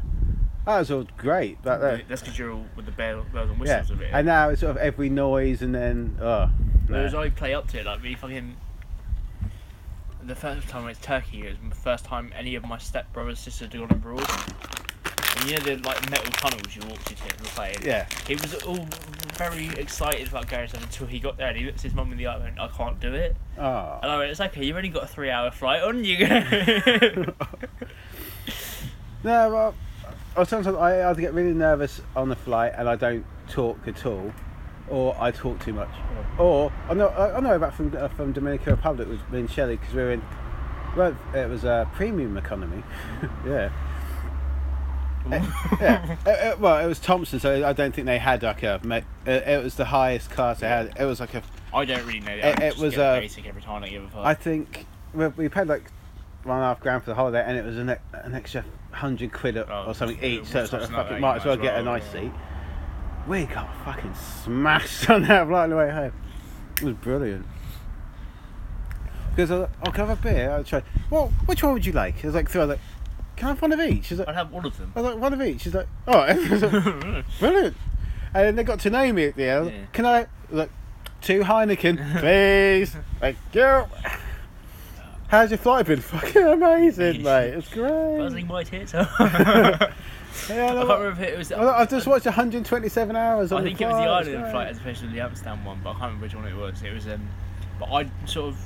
B: That was all great uh, back then.
C: That's because you're all with the bell- bells and
B: Yeah,
C: whistles of it.
B: and now it's sort of every noise, and then oh, nah.
C: Whereas I play up to it, like me fucking. The first time I went to Turkey it was the first time any of my stepbrothers and sisters had gone abroad. And you know the like metal tunnels you walked into and playing.
B: yeah.
C: He was all very excited about going something until he got there and he looked his mum in the eye and went, I can't do it.
B: Oh.
C: And I went, It's okay, you've only got a three hour flight on you go.
B: No, well, I sometimes I either get really nervous on the flight and I don't talk at all, or I talk too much. Or I know I I know back from uh, from Dominican Republic with me and Shelley because we were in, well, it was a premium economy, yeah. Eh, yeah. Uh, uh, well, it was Thompson, so I don't think they had like a. ma- uh, It was the highest class they had. It was like a.
C: I don't really know that.
B: It-
C: I
B: it
C: just
B: was,
C: get the
B: uh,
C: basic every time I give a fuck.
B: I think we, we paid like one and a half grand for the holiday, and it was an, e- an extra hundred quid or,
C: Oh,
B: or something
C: yeah,
B: each. So it's like,
C: something like
B: fucking
C: that,
B: might
C: you
B: as well get a nice seat. We got fucking smashed on that flight on the way home. It was brilliant. Because I was like, oh, can I have a beer? I tried. Well, which one would you like? It was like three. I was like, can I have one of each? She's like,
C: I'd have all of them.
B: I was like, one of each. She's like, oh, I was like, brilliant. And then they got to know me at the end.
C: Yeah.
B: Can I like two Heineken, please? Thank you. How's your flight been? Fucking amazing, mate. It's
C: Buzzing
B: great.
C: my tits off. I
B: Yeah,
C: can't
B: no,
C: remember if it was.
B: I- I've just watched 127 hours. On
C: I
B: the
C: think it was the
B: flight, it's
C: Ireland
B: great.
C: flight as opposed to the Amsterdam one, but I can't remember which one it was. It was, um, but I sort of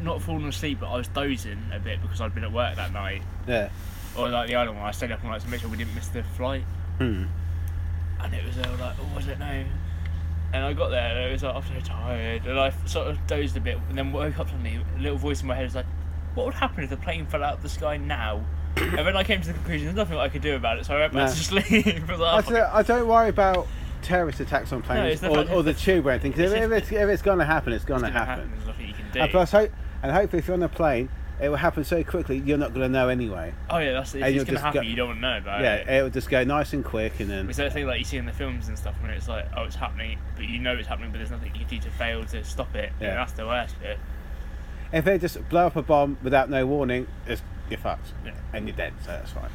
C: not fallen asleep, but I was dozing a bit because I'd been at work that night,
B: Yeah.
C: or like the Ireland one. I stayed up all night to make sure we didn't miss the flight,
B: Hmm.
C: and it was uh, like, oh, I don't know. And I got there, and it was like, I'm so tired, and I sort of dozed a bit, and then woke up suddenly. A little voice in my head was like, what would happen if the plane fell out of the sky now? and then I came to the conclusion there's nothing I could do about it, so I went back
B: No.
C: to sleep. I was
B: I
C: like, "Oh,
B: don't, I don't worry about terrorist attacks on
C: it's
B: planes
C: the fact
B: or,
C: that
B: or the tube or anything. Because
C: it's
B: if,
C: just-
B: if it's, if it's going to happen, it's going to
C: "Fuck it, it's gonna
B: happen.
C: There's nothing you can do.
B: And plus, hope, and hopefully, if you're on a plane, it will happen so quickly you're not going to know anyway.
C: Oh yeah, that's
B: And
C: it's, it's
B: you'll
C: gonna
B: just
C: happen.
B: go-
C: you don't want to know about it.
B: Yeah, it will just go nice and quick, and then
C: Oh, It's that thing like you see in the films and stuff when it's like, oh, it's happening, but you know it's happening, but there's nothing you can do to fail to stop it.
B: Yeah.
C: And that's the worst bit.
B: If they just blow up a bomb without no warning, it's, you're fucked.
C: Yeah.
B: And you're dead, so that's fine.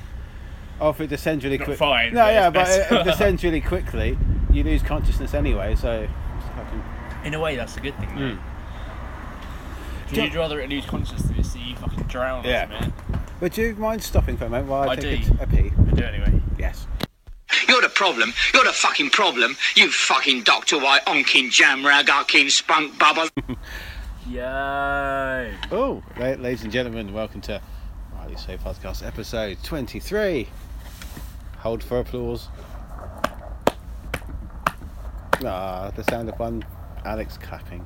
B: Or if it descends really
C: Not
B: quick-
C: fine,
B: No,
C: but
B: yeah,
C: it's
B: but
C: better.
B: if it descends really quickly, you lose consciousness anyway, so. it's fucking-
C: In a way, that's a good thing. though.
B: Mm.
C: 'Cause You'd Hmm. rather it lose consciousness than you fucking drown
B: Yeah.
C: or something.
B: Would you mind stopping for a moment while I,
C: I
B: take
C: do.
B: a, a pee?
C: But do it anyway.
B: Yes.
E: You're the problem. You're the fucking problem. You fucking Doctor White, onkin jam rag, onkin spunk bubble.
F: Yay!
B: Oh, la- ladies and gentlemen, welcome to Rightly So Podcast episode 23. Hold for applause. Ah, the sound of one Alex clapping.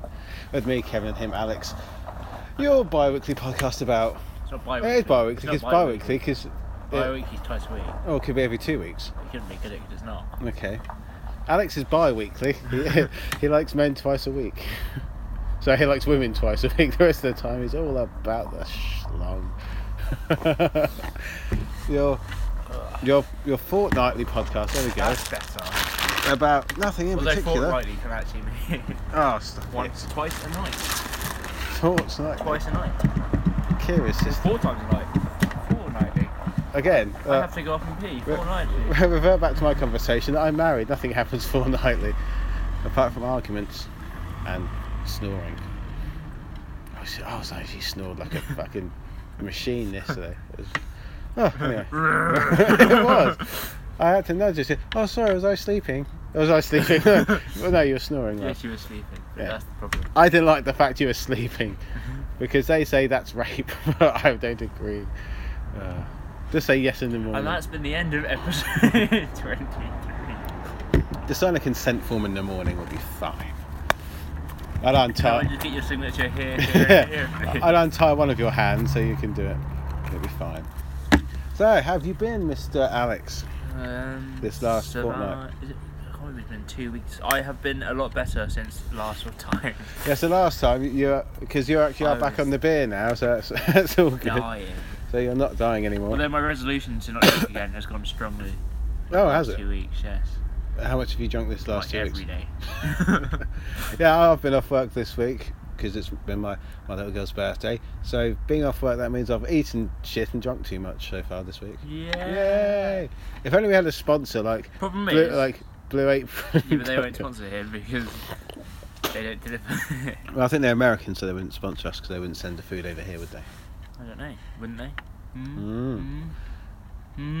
B: With me, Kevin, and him, Alex. Your bi weekly podcast about.
C: It's not bi
B: It
C: weekly.
B: is bi weekly, it's bi weekly, because.
C: Bi weekly is twice a week.
B: Oh, it could be every two weeks.
C: It couldn't be good, it does not.
B: Okay. Alex is bi weekly. He, he likes men twice a week. So he likes women twice a week. The rest of the time, he's all about the schlong. your, your, your fortnightly podcast, there we go,
C: That's better.
B: about nothing in
C: Although
B: particular.
C: fortnightly can actually mean
B: Oh, stop
C: once, twice a night.
B: it. Fortnightly.
C: Twice a night.
B: Curious.
C: It's
B: Just,
C: four times a night. Fortnightly.
B: again,
C: I
B: uh,
C: have to go off and pee.
B: re-
C: Fortnightly.
B: revert back to my conversation. I'm married. Nothing happens fortnightly, apart from arguments and snoring. I was, I was actually snored like a fucking machine yesterday. It was, oh, anyway. it was. I had to nudge her. say, Oh, sorry. Was I sleeping? Was I sleeping? well, no, you were snoring. love.
C: Yes, you were sleeping.
B: Yeah.
C: That's the problem.
B: I didn't like the fact you were sleeping
C: Mm-hmm.
B: because they say that's rape, but I don't agree. Uh, just say yes in the morning.
C: And that's been the end of episode 23.
B: Just sign a consent form in the morning would be fine. I'd
C: Now
B: untie.
C: I just get your signature here, here, and here.
B: I'd untie one of your hands so you can do it. It'll be fine. So, how have you been, Mr. Alex?
C: Um,
B: This last
C: so
B: fortnight.
C: that- Is it, I can't remember, it's been two weeks. I have been a lot better since last time.
B: Yeah, so last time you because you're actually
C: I
B: are back
C: was-
B: on the beer now, so that's, that's all good.
C: Dying.
B: So you're not dying anymore.
C: Although my resolution to not drink again has gone strongly.
B: oh, has it?
C: Two weeks, yes.
B: How much have you drunk this last
C: like
B: two weeks?
C: every day.
B: Yeah, I've been off work this week because it's been my, my little girl's birthday. So being off work, that means I've eaten shit and drunk too much so far this week.
C: Yeah.
B: Yay! If only we had a sponsor like
C: Problem
B: Blue,
C: is,
B: like Blue Apron.
C: yeah, but they won't sponsor him because they don't deliver. I
B: Well, I think they're American, so they wouldn't sponsor us because they wouldn't send the food over here, would they?
C: don't know. Wouldn't they?
B: Mm.
C: Mm. Mm.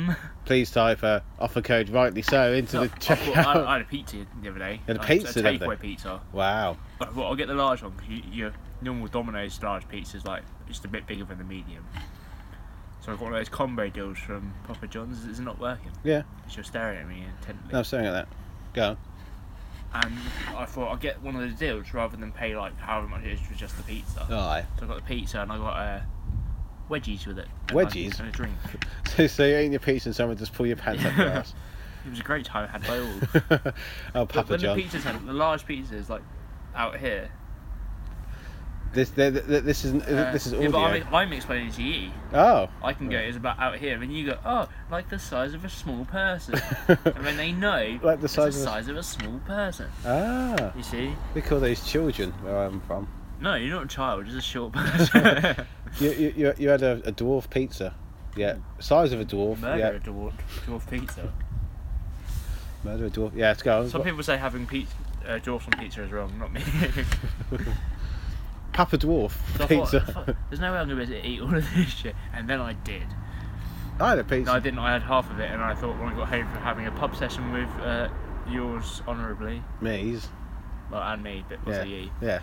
C: Mm.
B: Please type uh, offer code rightly so into the
C: No, I, bought- I,
B: checkout.
C: I had a pizza the other day.
B: You had a
C: Like,
B: pizza the
C: a
B: other day?
C: takeaway pizza.
B: Wow.
C: But I thought I'll get the large one because your normal Domino's large pizza is like just a bit bigger than the medium. So I got one of those combo deals from Papa John's. It's not working.
B: Yeah.
C: It's just staring at me intently.
B: No, I'm staring at that. Go on.
C: And I thought I'll get one of those deals rather than pay like however much it is for just the pizza.
B: Oh, aye.
C: So I got the pizza and I got uh, wedgies with it. and, like,
B: Wedgies?
C: And a drink.
B: So, so you eat your pizza and someone just pull your pants up your ass.
C: It was a great time had by all.
B: oh,
C: But
B: Papa
C: when
B: John.
C: the pizza's had, the large pizza is like out here.
B: This, th th this is
C: Uh,
B: this is
C: yeah,
B: audio.
C: but I'm, I'm explaining to you.
B: Oh.
C: I can go, it's about out here, and you go, oh, like the size of a small person. and when they know,
B: Like the
C: it's
B: size of a-
C: the size of a small person.
B: Ah.
C: You see?
B: We call those children where I'm from.
C: No, you're not a child, you're just a short person.
B: You, you, you, you had a, a dwarf pizza. Yeah. Size of a dwarf.
C: Murder
B: yeah.
C: a dwarf, dwarf pizza.
B: Murder a dwarf. Yeah, let's go.
C: Some people say having pizza, uh, dwarfs on pizza is wrong, not me.
B: Papa Dwarf
C: So I
B: pizza.
C: thought, "Fuck, there's no way I'm going to be able to eat all of this shit. And then I did.
B: I had a pizza.
C: No, I didn't, I had half of it, and I thought when I got home from having a pub session with uh, yours honourably,
B: Maze.
C: well, and me, but
B: Yeah.
C: also you,
B: Yeah.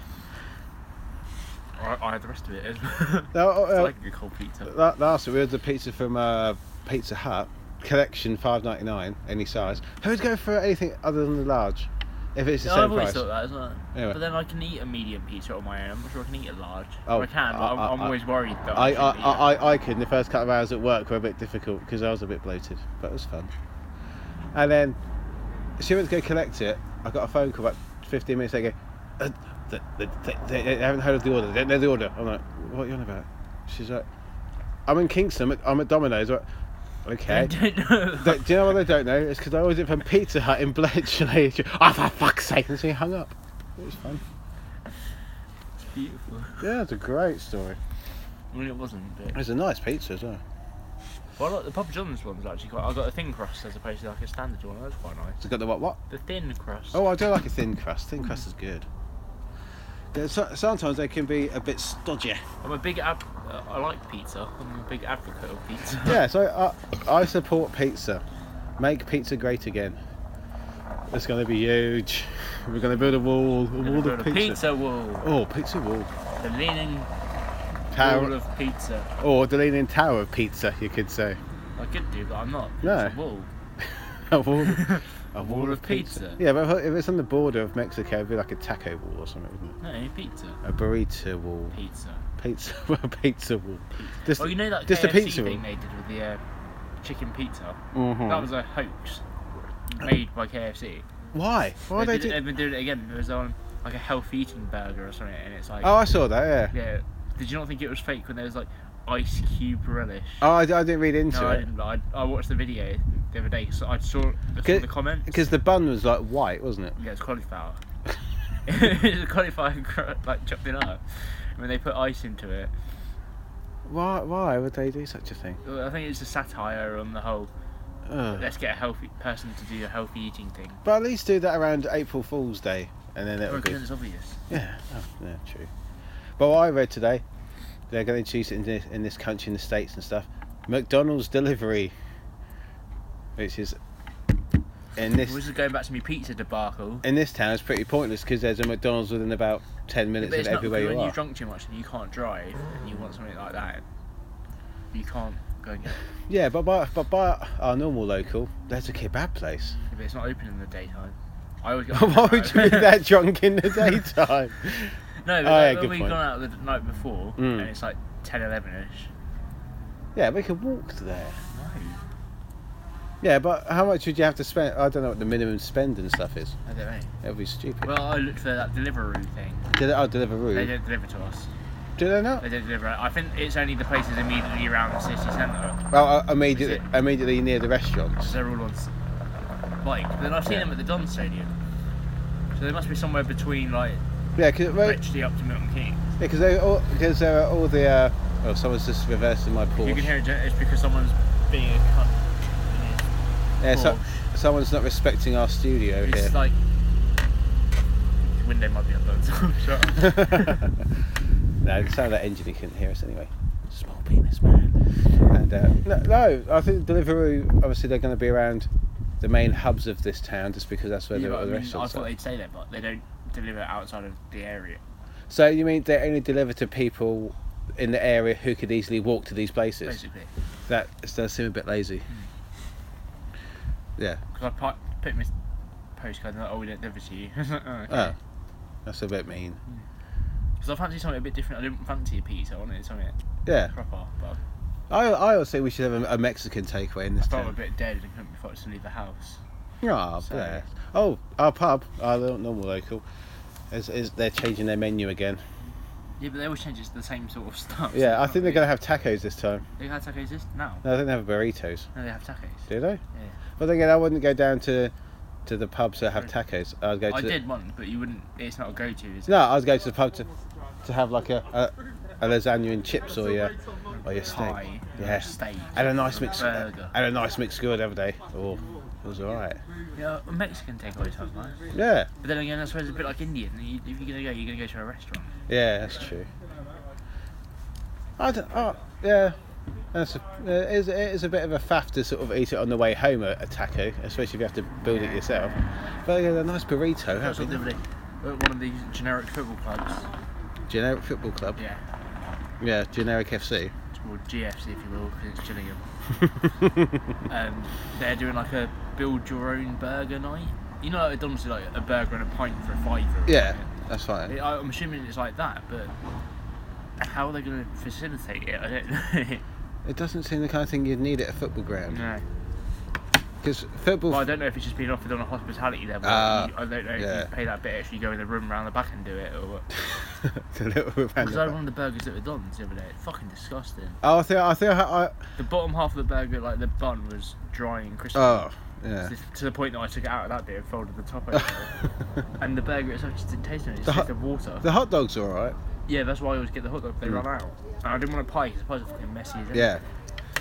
C: I, I had the rest of it as well.
B: No, oh,
C: It's
B: oh,
C: like a cold pizza.
B: la- last week we had the pizza from uh, Pizza Hut. Collection five ninety nine, any size. Who would go for anything other than the large? If it's the
C: Yeah,
B: same
C: I've always
B: price.
C: thought that as well.
B: Anyway.
C: But then I can eat a medium pizza on my own. I'm not sure I can eat a large.
B: Oh,
C: Or I can, but
B: I-
C: I'm,
B: I-
C: I'm
B: I-
C: always worried that
B: I, I,
C: shouldn't eat
B: I, I, I could. The first couple of hours at work were a bit difficult because I was a bit bloated, but it was fun. And then she went to go collect it. I got a phone call about 15 minutes later. Going, uh, they, they, they, they haven't heard of the order. They don't know the order. I'm like, what are you on about? She's like, I'm in Kingston. I'm at Domino's. I'm like,
C: that. I
B: okay.
C: don't know.
B: They- do you know what they don't know? It's because I always it from Pizza Hut in Bletchley. She- Oh, for fuck's sake! And she hung up. It was fun.
C: It's beautiful.
B: Yeah, it's a great story.
C: I mean, it wasn't,
B: It
C: but.
B: was a nice pizza as well.
C: Well, I like the Papa John's one's actually quite. I got a thin crust as opposed to like a standard one. That's quite nice.
B: It's got the what what?
C: The thin crust.
B: Oh, I do like a thin crust. Thin crust is good. There's so- Sometimes they can be a bit stodgy.
C: I'm a big ab. Uh, I like pizza. I'm a big advocate of pizza.
B: Yeah, so uh, I, I support pizza. Make pizza great again. It's going to be huge. We're going to build a wall, a
C: Gonna
B: wall
C: build
B: of
C: a
B: pizza.
C: pizza wall.
B: Oh, pizza wall.
C: The leaning wall
B: Tower,
C: of pizza.
B: or the Leaning Tower of Pizza, you could say.
C: I could do, but I'm not.
B: No.
C: It's a wall.
B: A wall, a
C: wall of pizza.
B: Yeah, but if it's on the border of Mexico, it'd be like a taco wall or something, wouldn't it?
C: No, pizza.
B: A burrito wall,
C: Pizza.
B: pizza, a pizza wall. Just,
C: Oh, you know that
B: just
C: KFC
B: a pizza
C: thing
B: wall.
C: they did with the uh, chicken pizza?
B: Mhm.
C: That was a hoax made by KFC.
B: Why? Why
C: they
B: they
C: did it-
B: do?
C: They've been doing it again. It was on like a health eating burger or something, and it's like,
B: Oh, I saw that. Yeah.
C: yeah. Did you not think it was fake when there was like ice cube relish?
B: Oh, I, I didn't read into
C: no, I
B: it
C: didn't. I, I watched the video the other day, so I saw, I saw
B: Ca-
C: the comment.
B: because the bun was like white, wasn't it?
C: Yeah, it's cauliflower. it's cauliflower cro- like chopped it up. I mean, they put ice into it.
B: Why? Why would they do such a thing?
C: Well, I think it's a satire on the whole.
B: Ugh.
C: Let's get a healthy person to do a healthy eating thing.
B: But at least do that around April Fool's Day, and then it
C: Well,
B: would be.
C: because it's obvious.
B: Yeah, oh, yeah, true. But what I read today, they're going to introduce it in this, in this country, in the states and stuff. McDonald's delivery, which is in
C: Well, this
B: this
C: is going back to me pizza debacle.
B: in this town is pretty pointless because there's a McDonald's within about ten minutes
C: But
B: of
C: it's not
B: everywhere
C: because
B: you
C: when
B: are.
C: you drunk too much and you can't drive and you want something like that, you can't go and get. it.
B: Yeah, but by but by our normal local, there's a kebab place.
C: But it's not open in the daytime. I always get.
B: Why would you be that drunk in the daytime? Oh, yeah,
C: no, but like, when
B: good
C: we've
B: point.
C: gone out the night before
B: Mm.
C: and it's like 10, 11 ish.
B: Yeah, we could walk there.
C: No.
B: Yeah, but how much would you have to spend? I don't know what the minimum spend and stuff is.
C: I don't know.
B: That'd be stupid.
C: Well, I looked for that Deliveroo thing.
B: Did it? Oh, deliver
C: They
B: room.
C: don't deliver to us.
B: Do they not?
C: They don't deliver. I think it's only the places immediately around the city centre.
B: Well, uh, immediately,
C: Is
B: immediately near the restaurants.
C: So they're all on s- bike. But Then I've seen
B: Yeah.
C: them at the Don Stadium. So they must be somewhere between like
B: Yeah, because
C: literally up to Milton Keynes.
B: because they all because there are all the. Uh, oh, someone's just reversing my
C: You can
B: Porsche.
C: hear it. It's because someone's being a cunt.
B: Yeah, so,
C: Porsche.
B: someone's not respecting our studio
C: It's
B: here.
C: like the window might be open. So I'm sure.
B: no, the sound of that engine he couldn't hear us anyway. Small penis man. And uh, no, no, I think Deliveroo. Obviously, they're going to be around the main hubs of this town, just because that's where
C: Yeah,
B: the,
C: but I,
B: all the
C: mean, I
B: restaurants
C: thought
B: are.
C: they'd say that, but they don't deliver outside of the area.
B: So you mean they only deliver to people in the area who could easily walk to these places?
C: Basically,
B: That does seem a bit lazy. Yeah.
C: because I pi- put my postcard and like, oh, we don't deliver to you. Mm.
B: Oh, that's a bit mean.
C: Because I fancy something a bit different. I didn't fancy a pizza. I wanted something
B: Yeah,
C: proper, but
B: I I always say we should have a, a Mexican takeaway in
C: I
B: this
C: felt a
B: town.
C: bit dead and couldn't be fucked to leave the house.
B: Oh,
C: Sorry.
B: bless. oh, our pub, our little normal local, is, is they're changing their menu again.
C: Yeah, but they always change it to the same sort of stuff.
B: Yeah, I
C: so
B: think they're
C: it's
B: gonna have tacos this time.
C: not really- They have tacos this now.
B: No, I think they have burritos.
C: No, they have tacos.
B: Do they? Well, then again, I wouldn't go down to to the pubs that have tacos. I'd go. To
C: Mm. I
B: the-
C: did one, but you wouldn't. It's not a go-to, is it?
B: No, I was going to the pub to, to have like a, a, a lasagna and chips or your or your steak.
C: Pie,
B: Yeah.
C: steak,
B: Had a nice mix.
C: burger.
B: Had a nice mix good the other day. Oh, it was alright.
C: Yeah, a Mexican takeaway sounds nice.
B: Yeah,
C: But then again, I suppose it's a bit like Indian. You, if you're gonna go, you're gonna go to a restaurant.
B: yeah, that's true. I don't. Oh, yeah. That's a, uh, it, is, it is a bit of a faff to sort of eat it on the way home, a, a taco, especially if you have to build it yourself. But yeah, a nice burrito.
C: That's
B: That's
C: what they would do. At one of these generic football clubs.
B: generic football club.
C: Yeah.
B: Yeah, generic FC.
C: or GFC if you will, because it's Gillingham. um, they're doing like a build your own burger night. You know, it does like a burger and a pint for a fiver. or
B: Yeah,
C: something.
B: that's fine.
C: I- I'm assuming it's like that, but how are they going to facilitate it? I don't know.
B: It doesn't seem the kind of thing you'd need at a football ground.
C: no.
B: Because football.
C: Well, I don't know if it's just being offered on a hospitality level.
B: Ah,
C: You- I don't know
B: yeah.
C: if you pay that bit extra, you go in the room around the back and do it or what.
B: It's a little bit
C: Because I had
B: random.
C: one of the burgers that were done the other day. It's fucking disgusting.
B: Oh, I think I think I, I
C: The bottom half of the burger, like the bun, was dry and crispy.
B: oh yeah.
C: To- To the point that I took it out of that bit and folded the top over. and the burger itself just didn't taste anything,
B: The
C: it just
B: hot-
C: tasted water.
B: The hot dog's all right.
C: yeah, that's why I always get the hot dog, they run out. And I didn't want a pie because the pies are fucking messy. As
B: Yeah.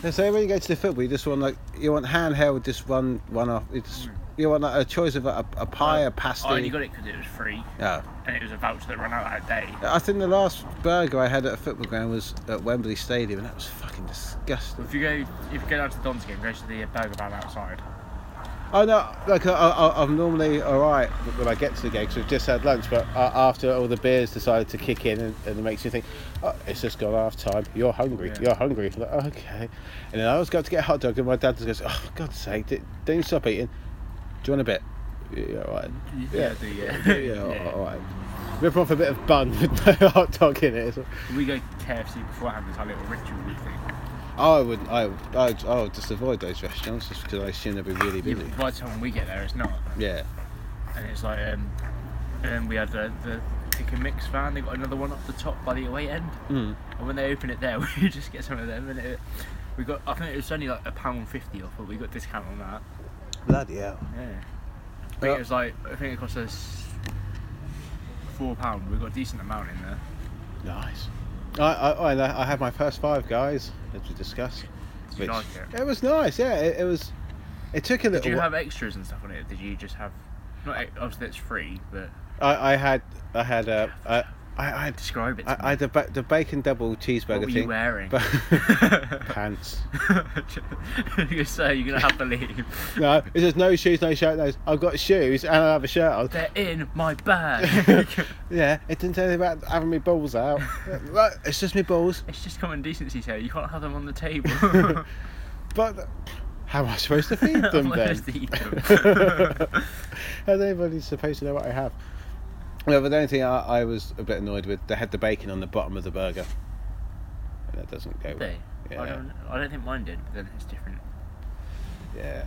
B: They say when you go to the football, you just want like you want handheld, just one one off. You just you want like, a choice of a, a pie, a pasty.
C: I only Oh, got it because it was free
B: Yeah.
C: and it was a voucher that ran out that day.
B: I think the last burger I had at a football ground was at Wembley Stadium, and that was fucking disgusting.
C: If you go if you go down to the Don's game, go to the uh, burger van outside.
B: Oh no, like I, I, I'm normally all right when I get to the gig because we've just had lunch, but uh, after all the beers decided to kick in and, and it makes you think, oh, it's just gone half time. You're hungry.
C: Yeah.
B: You're hungry. I'm like, okay. And then I was going to get a hot dog, and my dad just goes, oh, for God's sake, d- don't you stop eating. Do you want a bit? Yeah, all right.
C: Yeah, I do, yeah.
B: yeah, all- all right. Rip off a bit of bun with no hot dog in it.
C: We go to KFC beforehand as our little ritual we think.
B: I wouldn't. I would. I would, I would just avoid those restaurants just because I assume they'll be really
C: Yeah,
B: busy.
C: but by the time we get there, it's not.
B: Yeah.
C: And it's like, um, and then we had the, the pick and mix van. They got another one up the top by the away end.
B: Mm.
C: And when they open it there, we just get some of them. And it, we got, I think it was only like a pound fifty off, but we got discount on that.
B: Bloody hell.
C: Yeah. I think
B: Yeah.
C: it was like, I think it cost us four pound. We got a decent amount in there.
B: Nice. I, I, I, I had my first five guys as we discussed.
C: Did you like it?
B: was nice. Yeah, it, it was. It took a little.
C: Did you
B: whi-
C: have extras and stuff on it? Or did you just have? Not ex- obviously it's free, but
B: I, I had I had uh, I, I I had
C: describe it. To
B: I, I
C: me.
B: had the, ba- the bacon double cheeseburger
C: what were
B: thing.
C: you wearing?
B: but- pants.
C: you say you're gonna have to leave.
B: No, it says no shoes, no shirt, no. I've got shoes and I have a shirt on.
C: They're in my bag.
B: yeah, it didn't say anything about having me balls out. Right, it's just me balls.
C: it's just common decency here. You can't have them on the table.
B: But how am I supposed to feed
C: How
B: them
C: am I
B: then?
C: supposed to eat them?
B: How's anybody supposed to know what I have? No, but the only thing I, I was a bit annoyed with, they had the bacon on the bottom of the burger. And that doesn't go well.
C: They.
B: Yeah.
C: I don't. I don't think mine did. But then it's different.
B: Yeah.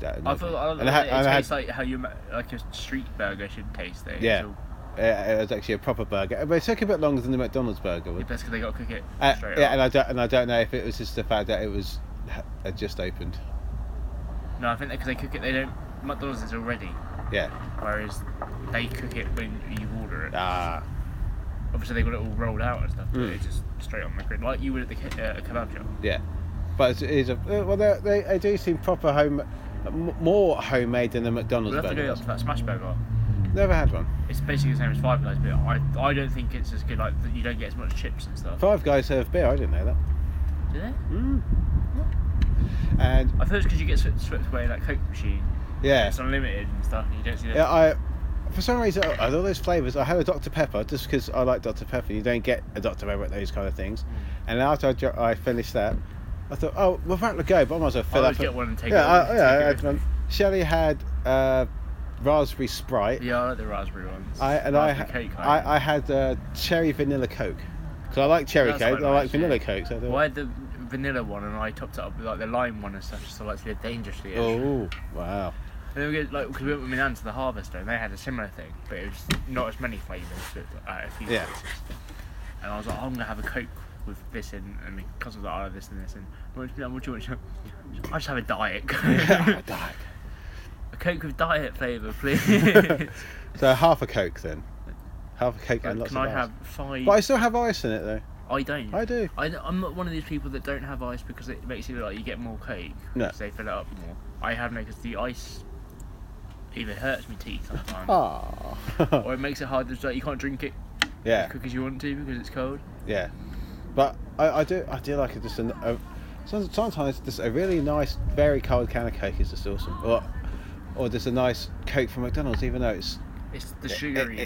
B: That
C: I
B: annoyed
C: feel
B: me.
C: like,
B: And I had-
C: it
B: and I had-
C: tastes like how you ma- like a street burger should taste. Though.
B: Yeah.
C: So,
B: yeah, it was actually a proper burger. But it took a bit longer than the McDonald's burger.
C: yeah,
B: would-
C: that's because they got to cook it
B: Uh,
C: straight
B: yeah,
C: up.
B: and I, don't, and I don't know if it was just the fact that it was had just opened.
C: No, I think because they cook it, they don't. McDonald's is already,
B: Yeah.
C: whereas they cook it when you order it.
B: Ah.
C: Obviously, they got it all rolled out and stuff, but
B: Mm.
C: it's just straight on the grid, like you would at the ke- uh, kebab shop.
B: Yeah, but it's, it's a uh, well. They, they, they do seem proper home, m- more homemade than the
C: We'll
B: McDonald's
C: have to
B: burger.
C: go up
B: does.
C: to that smash burger.
B: Never had one.
C: It's basically the same as Five Guys, but I, I don't think it's as good. Like you don't get as much chips and stuff.
B: Five Guys serve beer. I didn't know that.
C: Do they?
B: Mm. And
C: I thought it's because you get sw- swept away in that Coke machine.
B: yeah,
C: It's unlimited and stuff, and you don't see that.
B: yeah. I for some reason I had all those flavors. I had a Dr Pepper just because I like Dr Pepper. You don't get a Dr Pepper at those kind of
C: Mm.
B: things. And after I, dr- I finished that, I thought, oh, well, that'll go. But I might as well
C: I
B: fill
C: always
B: up. a-
C: get one and take
B: yeah,
C: it.
B: I,
C: with-
B: yeah. I
C: take it
B: had
C: with
B: one.
C: me.
B: Shelley had uh, raspberry Sprite.
C: Yeah, I like the raspberry ones.
B: I and I,
C: Raspberry
B: ha-
C: cake, I,
B: I I had uh, cherry vanilla coke because I like cherry
C: That's
B: coke.
C: quite
B: I like
C: nice,
B: vanilla
C: yeah.
B: coke. So I don't-
C: Well, I had the vanilla one and I topped it up with like the lime one and stuff, just so like to live dangerously. And
B: Oh wow!
C: then we get like 'cause we went with my nan to the Harvester and they had a similar thing, but it was not as many flavours, but uh, a few
B: Yeah.
C: places. And I was like, oh, I'm gonna have a coke with this in, and my cousin was like, oh, this and this and. What do you want? What do you want? I just have a diet.
B: I
C: Coke.
B: died.
C: a coke with diet flavour, please. Like,
B: So half a coke then, half a coke and lots
C: Can
B: of
C: I
B: ice.
C: have five?
B: But I still have ice in it though.
C: I don't.
B: I do.
C: I, am not one of these people that don't have ice because it makes it look like you get more cake.
B: No.
C: Because they fill it up more. I have no, because the ice even hurts my teeth sometimes.
B: Ah,
C: Or it makes it hard. It's like you can't drink it
B: yeah,
C: as quick as you want to because it's cold.
B: yeah. But I, I do I do like it just an, a, some- sometimes just a really nice very cold can of coke is just awesome. Or or just a nice coke from McDonald's even though it's
C: It's the
B: it- it-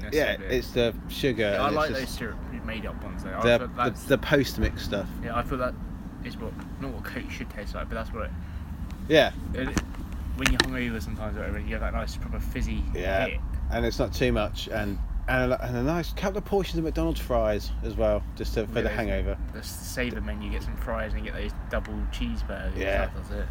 C: sugariness.
B: yeah
C: of it.
B: it's the sugar.
C: Yeah, I
B: and it's
C: like
B: just
C: those syrup made up ones though. I
B: the,
C: feel
B: the,
C: that's,
B: the post mix stuff.
C: yeah, I feel that is what not what Coke should taste like, but that's what it.
B: Yeah.
C: it when you're hungover sometimes, or whatever, you get that nice proper fizzy
B: Yeah,
C: hit.
B: and it's not too much, and and a, and a nice couple of portions of McDonald's fries as well, just to, for
C: Yeah,
B: the
C: those-
B: hangover.
C: The savour menu, get some fries and you get those double cheeseburgers.
B: Yeah.
C: That does it.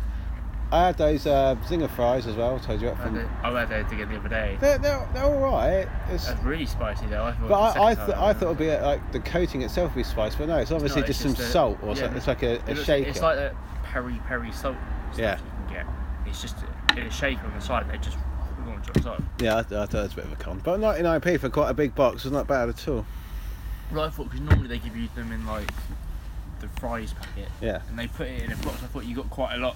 B: I had those uh, zinger fries as well. Told you about
C: I had
B: from.
C: it- I had those again the other day.
B: They're, they're, they're all right. It's,
C: That's really spicy though. I thought
B: but
C: the
B: I I,
C: second
B: th-
C: time
B: I
C: around.
B: thought it'd be uh like the coating itself would be spicy, but no, it's obviously
C: No, it's
B: just, some
C: just a-
B: salt or
C: yeah,
B: something. It's like a,
C: It
B: a
C: looks-
B: shaker.
C: It's like that peri peri salt stuff
B: Yeah.
C: you can get. It's just in a shaker on the side. They just launch on top.
B: yeah, I, I thought it was a bit of a con, but 99p for quite a big box was not bad at all.
C: Well, I thought because normally they give you them in like the fries packet.
B: Yeah.
C: And they put it in a box. I thought you got quite a lot.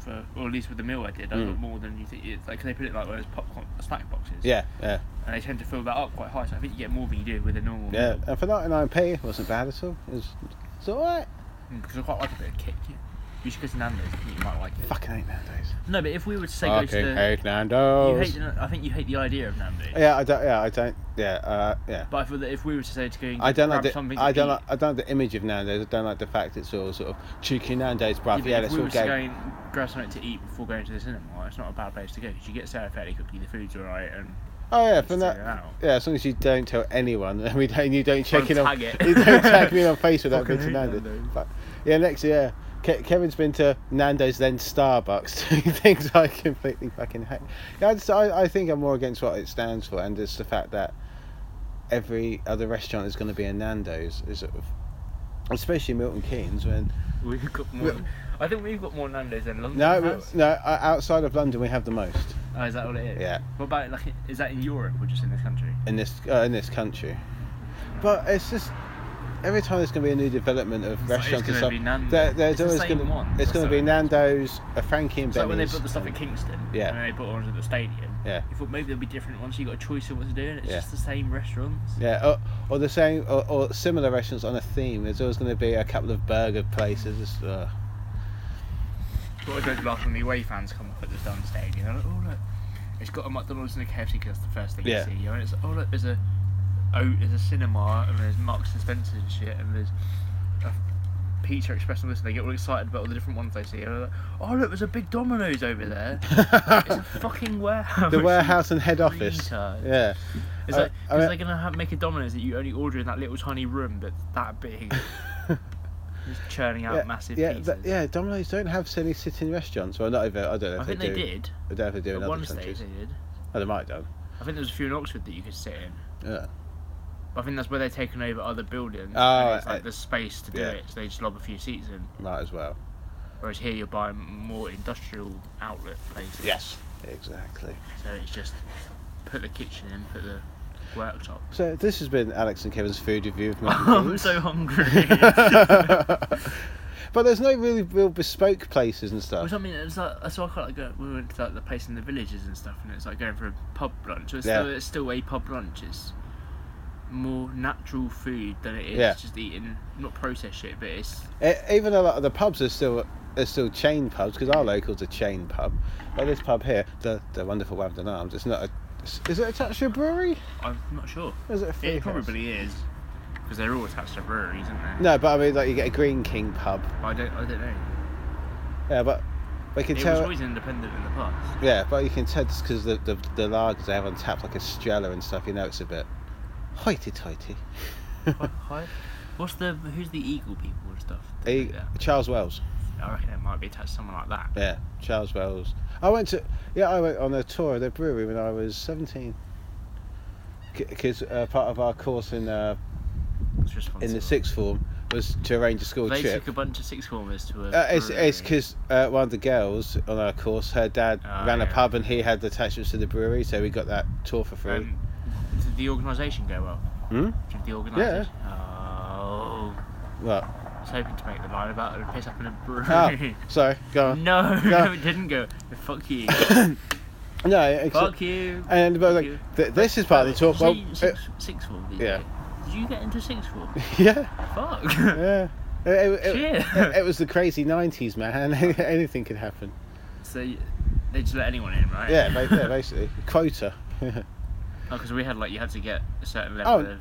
C: For, or at least with the meal I did, I
B: Mm.
C: got more than you think. It's like 'cause they put it like one of those popcorn snack boxes.
B: Yeah, yeah,
C: and they tend to fill that up quite high. So I think you get more than you do with a normal.
B: yeah. And for 99p, it wasn't bad at all. It was, it's all right.
C: Because I quite like a bit of kick. You should go to Nando's. I think you might like it.
B: Fucking hate Nando's.
C: No, but if we were to say go to
B: Fucking
C: the,
B: hate
C: you
B: Nando's.
C: hate. The, I think you hate the idea of Nando's.
B: yeah, I don't. Yeah, I don't. Yeah, uh, yeah.
C: But if, we- if we were to say to go, and
B: I don't like the
C: grab something
B: I
C: to
B: don't
C: eat,
B: like, I don't like the image of Nando's. I don't like the fact it's all sort of cheeky Nando's, bruv.
C: but
B: Yeah,
C: if
B: let's
C: we
B: all
C: were to go
B: go.
C: and grab something to eat before going to the cinema, it's not a bad place to go. 'cause you get there fairly quickly. The food's alright, and
B: Oh yeah,
C: just
B: from
C: figure it
B: that.
C: out.
B: Yeah, as long as you don't tell anyone, and we don't, you don't check in on,
C: tag it.
B: you don't tag me on Facebook that been
C: Fucking
B: to
C: hate
B: Nando's.
C: Nando's.
B: But, yeah, next year. Ke- Kevin's been to Nando's, then Starbucks, two things I completely fucking hate. Yeah, I, just, I, I think I'm more against what it stands for, and it's the fact that every other restaurant is going to be a Nando's, is sort of, especially Milton Keynes, when
C: we've got more. I think we've got more Nando's than London
B: No,
C: has.
B: we- no. o- uh, Outside of London, we have the most
C: Oh, is that what it is?
B: Yeah.
C: What about like? Is that in Europe or just in this country?
B: in this uh, in this country. But it's just every time there's going to be a new development of
C: It's like,
B: restaurants
C: it's
B: and
C: gonna
B: stuff.
C: be Nando's.
B: there- there's
C: It's the
B: always
C: same
B: gonna,
C: ones,
B: It's
C: that's
B: going to
C: how
B: be
C: it is.
B: Nando's, a Frankie and
C: It's like when they
B: Benny's.
C: put the stuff at Kingston.
B: Yeah.
C: And they put it onto the stadium.
B: Yeah.
C: You thought maybe there'll be different ones. You got a choice of what to do, and it's
B: Yeah.
C: just the same restaurants.
B: yeah, or, or the same, or, or similar restaurants on a theme. There's always going to be a couple of burger places. It's, uh,
C: What I don't laugh when the away fans come up at the Dun Stadium. They're like, oh look, it's got a McDonald's and a KFC because that's the first thing
B: Yeah.
C: you see. And it's oh look, there's a oh there's a cinema and there's Marks and Spencer's and shit and there's a Pizza Express and this. And they get all excited about all the different ones they see. And they're like, oh look, there's a big Domino's over there. it's a fucking warehouse.
B: the warehouse and head office.
C: Retards.
B: Yeah,
C: It's
B: I-
C: like,
B: I
C: is
B: mean-
C: they gonna have, make a Domino's that you only order in that little tiny room that's that big? Just churning out
B: yeah,
C: massive
B: yeah,
C: pizzas.
B: th- yeah. Domino's don't have silly sitting restaurants. Well, not over. I don't know.
C: I
B: if
C: think
B: they,
C: they
B: do.
C: did.
B: I don't know if they do in
C: At one
B: other
C: stage
B: countries.
C: they did.
B: Oh, they might do.
C: I think there was a few in Oxford that you could sit in.
B: Yeah.
C: But I think that's where they're taking over other buildings.
B: Oh,
C: and it's like
B: uh,
C: the space to do
B: yeah.
C: it, so they just lob a few seats in.
B: Might as well.
C: Whereas here you're buying more industrial outlet places.
B: Exactly.
C: So it's just put the kitchen in, put the worktop.
B: So this has been Alex and Kevin's food review of Milton
C: I'm
B: Keynes.
C: so hungry.
B: but there's no really real bespoke places and stuff.
C: Which I mean, it's like so I quite like go. We went to like the place in the villages and stuff, and it's like going for a pub lunch. It's,
B: Yeah.
C: still, it's still a pub lunch. It's more natural food than it is
B: Yeah.
C: just eating not processed shit, but it's
B: E- even a lot of the pubs are still are still chain pubs because our local's a chain pub. But this pub here, the the wonderful Wabden Arms, it's not a. Is it attached to a brewery?
C: I'm not sure.
B: Or is it a free
C: It probably is because they're all attached to breweries, aren't they?
B: No, but I mean like you get a Green King pub.
C: I don't. I don't know.
B: Yeah, but we can
C: It was
B: tell.
C: always independent in the past.
B: Yeah, but you can tell just because the, the the lagers they have on tap like Estrella and stuff. You know it's a bit hoity-toity.
C: Hi- What's the who's the eagle people and stuff? that
B: E-
C: do that?
B: Charles Wells.
C: I reckon it might be attached to someone like that.
B: Yeah, Charles Wells. I went to yeah, I went on a tour of their brewery when I was seventeen. Because uh, part of our course in uh,
C: It's responsible.
B: in the sixth form was to arrange a school
C: They
B: trip.
C: took a bunch of six formers to a.
B: Uh, it's it's
C: brewery.
B: because uh, one of the girls on our course, her dad
C: Ah,
B: ran a
C: yeah.
B: pub and he had attachments to the brewery, so we got that tour for free.
C: Um, did the organisation go well?
B: Hmm?
C: Did the organisation? Oh,
B: What?
C: I was hoping to make the line about a piss up in a
B: Oh,
C: brewery.
B: sorry, go on.
C: no,
B: Yeah.
C: it didn't go. Fuck you.
B: No, ex-
C: Fuck you.
B: and but
C: you.
B: like, th- this is part of the talk. Well,
C: Did you say
B: it-
C: six, six form? Did
B: yeah.
C: You? get- Did you get into six form?
B: yeah,
C: Fuck.
B: yeah. It, it- it-
C: Shit.
B: it- it was the crazy '90s, man. Anything could happen.
C: So you- they just let anyone in, right?
B: Yeah, ba- yeah, basically quota.
C: Because we had like you had to get a certain
B: Oh.
C: level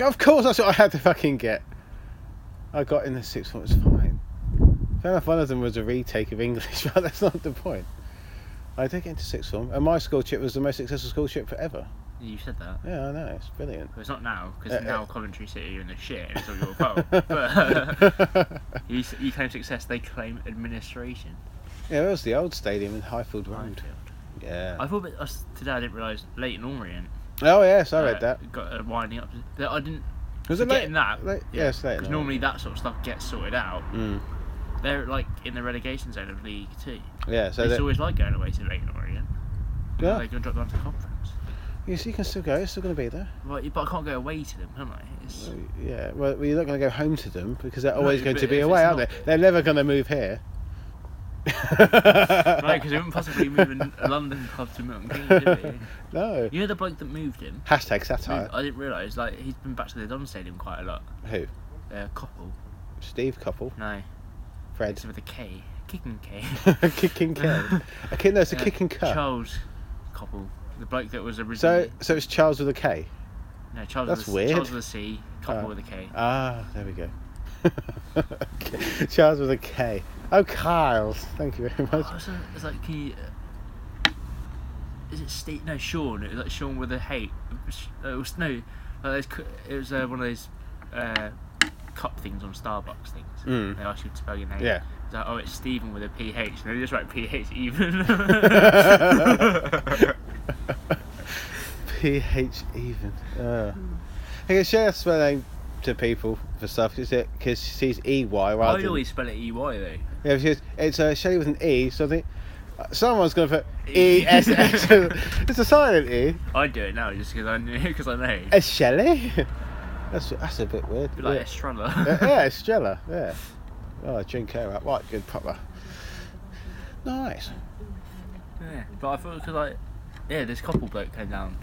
C: of.
B: of course, that's what I had to fucking get. I got in the sixth one. It's fine. Fair enough. One of them was a retake of English, but that's not the point. I did get into sixth form, and my school trip was the most successful school trip forever.
C: You said that.
B: Yeah, I know. It's brilliant.
C: Well, it's not now because
B: Uh, uh.
C: now Coventry City are in the shit. and It's all your fault. but you, s- you claim success. They claim administration.
B: yeah, it was the old stadium in Highfield Road. Yeah.
C: I thought that us today I didn't realise Leighton Orient.
B: oh yes, I read
C: uh,
B: that.
C: Got a winding up. That I didn't.
B: Was it late?
C: forgetting that.
B: late- yeah, it's late.
C: Because
B: now.
C: normally that sort of stuff gets sorted out.
B: Mm.
C: They're like in the relegation zone of League Two.
B: Yeah. So
C: it's
B: that,
C: always like going away to Leighton Orient.
B: Yeah.
C: They're going to drop down to conference.
B: you, see, you can still go. It's still going to be there.
C: Right, but I can't go away to them, am I? It's,
B: Yeah, well, well, you're not going to go home to them because they're
C: No,
B: always going
C: but
B: to be
C: if it's
B: away, aren't they?
C: not-
B: They're never going to move here.
C: No, because we wouldn't possibly move an- a London club to Milton Keynes, did we?
B: No.
C: You know the bloke that moved him?
B: Hashtag satire.
C: I didn't realise, like, he's been back to the Don Stadium quite a lot.
B: Who?
C: Uh, couple.
B: Steve Couple.
C: No.
B: Fred.
C: It's with a K. Kicking K.
B: kicking K. A kid, no, it's a
C: Yeah,
B: kicking K.
C: Charles couple. The bloke that was
B: So,
C: originally.
B: so it's Charles with a K.
C: no, Charles
B: that's
C: with a, Charles
B: weird.
C: with a C, couple
B: Oh.
C: with a K.
B: Ah, there we go. Okay. Charles with a K. Oh, Kyles. Thank you very much.
C: Oh, it's, a- it's like he. uh, Is it Steve? No, Sean. It was like Sean with a hate. It was no, like those, cu- it was uh, one of those uh, cup things on Starbucks things.
B: Mm.
C: They ask you to spell your name.
B: Yeah.
C: It's like, oh, it's Stephen with a PH, and they just write PH even.
B: PH even. Uh. I guess share spelling to people for stuff, is it? Because she sees EY rather
C: I
B: than-
C: always spell it EY though.
B: Yeah, she goes, it's uh, Shelley with an E, so I think uh, someone's going to put E S S. It's a silent E.
C: I do it now just because I knew, because I know.
B: It's Shelley? That's, that's a bit weird.
C: Be like
B: yeah.
C: Estrella.
B: yeah, yeah, it's Stella, yeah. Oh, drink her up. Right, good proper. Nice.
C: Yeah, But I thought because like, yeah, this couple bloke came down.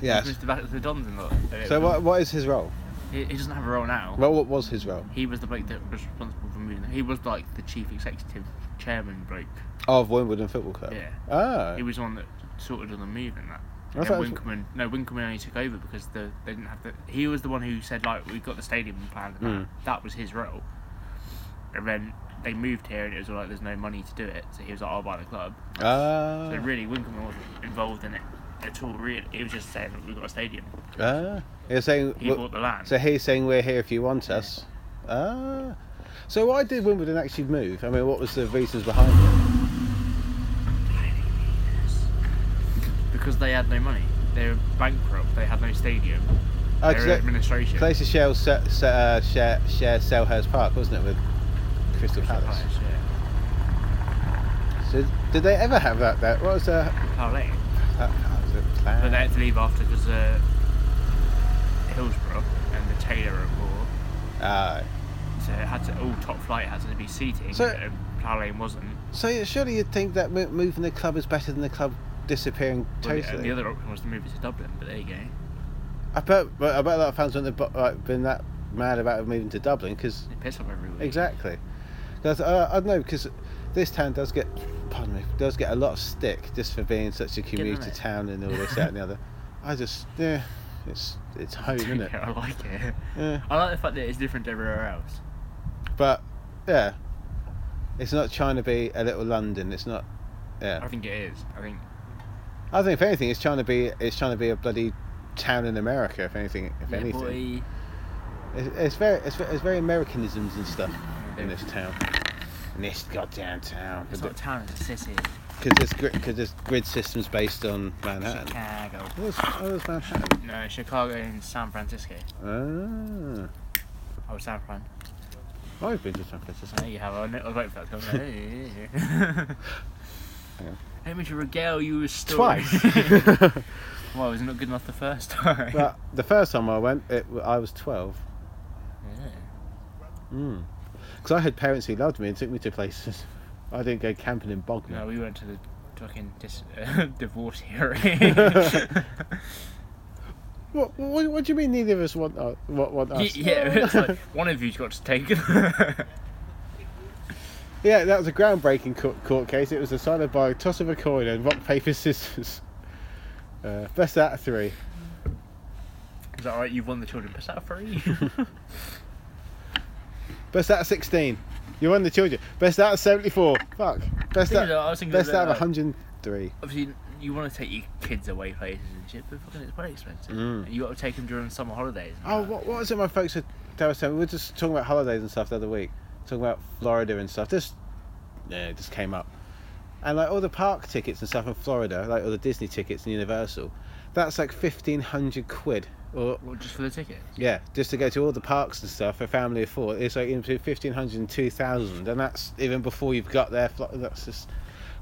B: Yes.
C: Mr. Back to the Dons and lot.
B: So, what, what is his role?
C: He, he doesn't have a role now.
B: Well, what was his role?
C: He was the bloke that was responsible for moving. He was like the chief executive chairman bloke.
B: Of Wimbledon Football Club.
C: Yeah.
B: Ah.
C: He was the one that sorted on the move and that.
B: I
C: And
B: thought it was-
C: Winkelman, no, Winkelman only took over because the they didn't have the. He was the one who said like we've got the stadium planned. And that.
B: Hmm.
C: that was his role. And then they moved here and it was all like there's no money to do it, so he was like I'll buy the club.
B: Ah.
C: So really, Winkelman wasn't involved in it at all. Really, he was just saying we've got a stadium.
B: Ah. You're saying.
C: He
B: wh-
C: bought the land.
B: So he's saying we're here if you want us. Ah. So why did Wimbledon actually move? I mean, what was the reasons behind it?
C: because they had no money. They were bankrupt. They had no stadium.
B: Oh,
C: Their
B: 'cause they-
C: administration.
B: Place to share, se- se- uh, share, share Selhurst Park, wasn't it, with Crystal Palace?
C: Palace, yeah.
B: So did they ever have that? That what was the
C: Parlay.
B: That, that was a
C: But
B: plan.
C: they had to leave after because uh, Hillsborough and the Taylor Award.
B: Ah.
C: So it had to all top flight had to be seating.
B: So-
C: and Parlay wasn't.
B: so yeah, surely you'd think that mo- moving the club is better than the club disappearing
C: Well, the-
B: totally.
C: The other option was to move it to Dublin, but there you go.
B: I bet, but I bet a lot of fans wouldn't have bu- like, been that mad about moving to Dublin because
C: They piss off everywhere.
B: exactly. 'Cause, uh, I don't know because this town does get, pardon me, does get a lot of stick just for being such a commuter
C: it.
B: town and all this that and the other. I just yeah, it's it's home, isn't it?
C: yeah, I like it.
B: Yeah.
C: I like the fact that it's different to everywhere else.
B: But yeah, it's not trying to be a little London. It's not. Yeah.
C: I think it is. I think
B: I think if anything, it's trying to be it's trying to be a bloody town in America. If anything, if
C: yeah,
B: anything,
C: boy,
B: it's, it's very it's, ve- it's very Americanisms and stuff in
C: Yeah.
B: this town. In this goddamn town,
C: it's not a town, it's a city.
B: because this because this grid system's based on Manhattan. Oh,
C: Chicago.
B: What was, what was Manhattan?
C: No, Chicago and San Francisco.
B: Ah,
C: Oh, San Fran.
B: I've been to San Francisco.
C: There you have. I know. I was waiting for that. to come.
B: on.
C: Let me to regale you with stories.
B: Twice.
C: well, it was not good enough the first time.
B: well, the first time I went, it, I was twelve.
C: Yeah.
B: Because I had parents who loved me and took me to places. I didn't go camping in Bognor.
C: No, we went to the fucking dis- uh, divorce hearing.
B: What, what, what do you mean neither of us want, uh, want, want
C: Y-
B: us?
C: yeah, it's like one of you's got to take it.
B: Yeah, that was a groundbreaking court, court case. It was decided by a toss of a coin and rock, paper, scissors. Uh, best out of three.
C: Is that alright? You've won the children. Pass out free.
B: Best out of 16. You won the children. Best out of 74. Fuck. Best
C: Thing
B: out,
C: is, I was thinking
B: best out
C: about
B: of
C: that.
B: 103.
C: Obviously, you want to take your kids away places and shit, but fucking it's very expensive.
B: Mm.
C: And you got to take them during summer holidays. and
B: Oh,
C: that.
B: what, what was it my folks were they were saying? We were just talking about holidays and stuff the other week. Talking about Florida and stuff. Just, yeah, it just came up. And like all the park tickets and stuff in Florida, like all the Disney tickets and Universal, that's like 1500 quid. Or
C: Well, just for the ticket.
B: Yeah, just to go to all the parks and stuff, a family of four, it's like in between 1500 and 2000, and that's even before you've got there. fl- That's just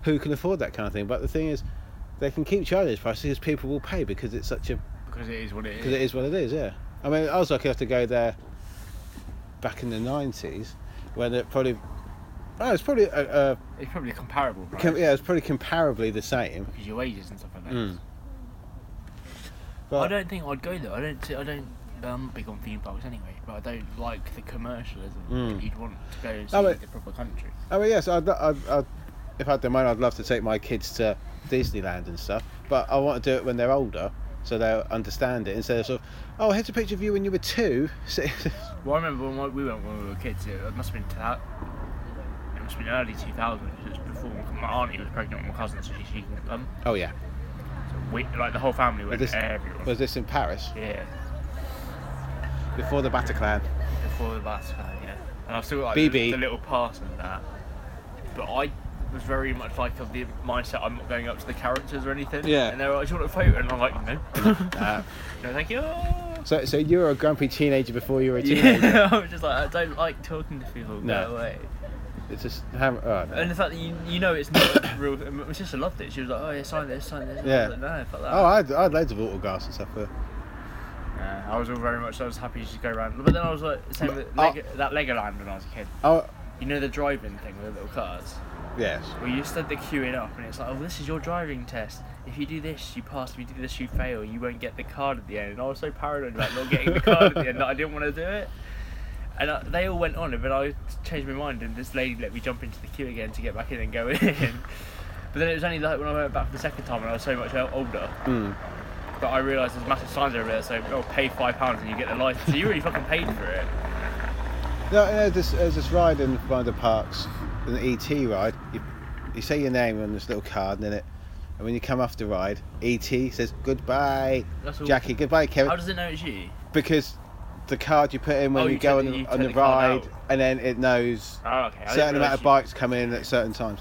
B: who can afford that kind of thing. But the thing is, they can keep charging those prices because people will pay because it's such a
C: Because it is what it is.
B: because it is what it is. Yeah, I mean, I was lucky enough to go there back in the 90s when it probably oh, it's probably uh, uh,
C: It's probably comparable, right?
B: com- yeah, it's probably comparably the same.
C: Because
B: Hmm.
C: your wages and stuff like that.
B: Mm.
C: I
B: But
C: don't think I'd go there. I don't. I don't I'm big on theme parks anyway, but I don't like the commercialism.
B: Mm.
C: You'd want to go see
B: Oh, but-
C: the proper country.
B: I mean, yes, I'd, I'd, I'd, if I didn't mind, I'd love to take my kids to Disneyland and stuff, but I want to do it when they're older so they'll understand it instead of sort of, oh, here's a picture of you when you were two. So-
C: Well, I remember when we went when we were kids. It must have been to that. It must have been early 2000. It was before my auntie was pregnant with my cousin, so she, she couldn't come.
B: oh, yeah.
C: So we, like the whole family
B: Was
C: went.
B: this,
C: everyone.
B: was this in Paris
C: yeah,
B: before the Bataclan?
C: before the last time, yeah. And I've still got like,
B: BB.
C: The, the little pass and that. But I was very much like of the mindset I'm not going up to the characters or anything.
B: Yeah.
C: And they were like, do you want a photo? And I'm like, no.
B: Uh,
C: no, thank you.
B: so, so you were a grumpy teenager before you were a teenager.
C: Yeah, I was just like, I don't like talking to people
B: No.
C: that way.
B: It's just, how, oh, no.
C: And the fact that you, you know it's not real. um, My sister loved it. She was like, oh, yeah, sign this, sign this.
B: Yeah.
C: I was like, no, fuck that.
B: oh I, had, I had loads of autographs and stuff. But
C: Yeah, Uh, I was all very much, I was happy to go around. But then I was like, same with
B: But-
C: Lego, that Legoland when I was a kid.
B: oh,
C: You know the driving thing with the little cars?
B: yes.
C: Well, you stood the queuing up, and it's like, oh, this is your driving test. If you do this, you pass. If you do this, you fail. You won't get the card at the end. And I was so paranoid about not getting the card at the end that I didn't want to do it. And I, they all went on, but I changed my mind, and this lady let me jump into the queue again to get back in and go in. but then it was only like when I went back for the second time, and I was so much older.
B: Mm.
C: But I realised there's massive signs over there, so oh, pay five pounds and you get the license. So you really fucking paid for it.
B: No, no there's, there's this ride in one of the parks, an ET ride. You, you say your name on this little card, and then it, and when you come off the ride, ET says goodbye,
C: That's all.
B: Jackie, goodbye, Kevin,
C: How does it know it's you?
B: because the card you put in when
C: Oh,
B: you,
C: you
B: go
C: take
B: on,
C: the-
B: the-
C: you
B: on
C: take
B: the
C: the card
B: ride,
C: out.
B: and then it knows
C: Oh, okay. I didn't
B: certain amount
C: realise
B: of
C: you-
B: bikes come in at certain times.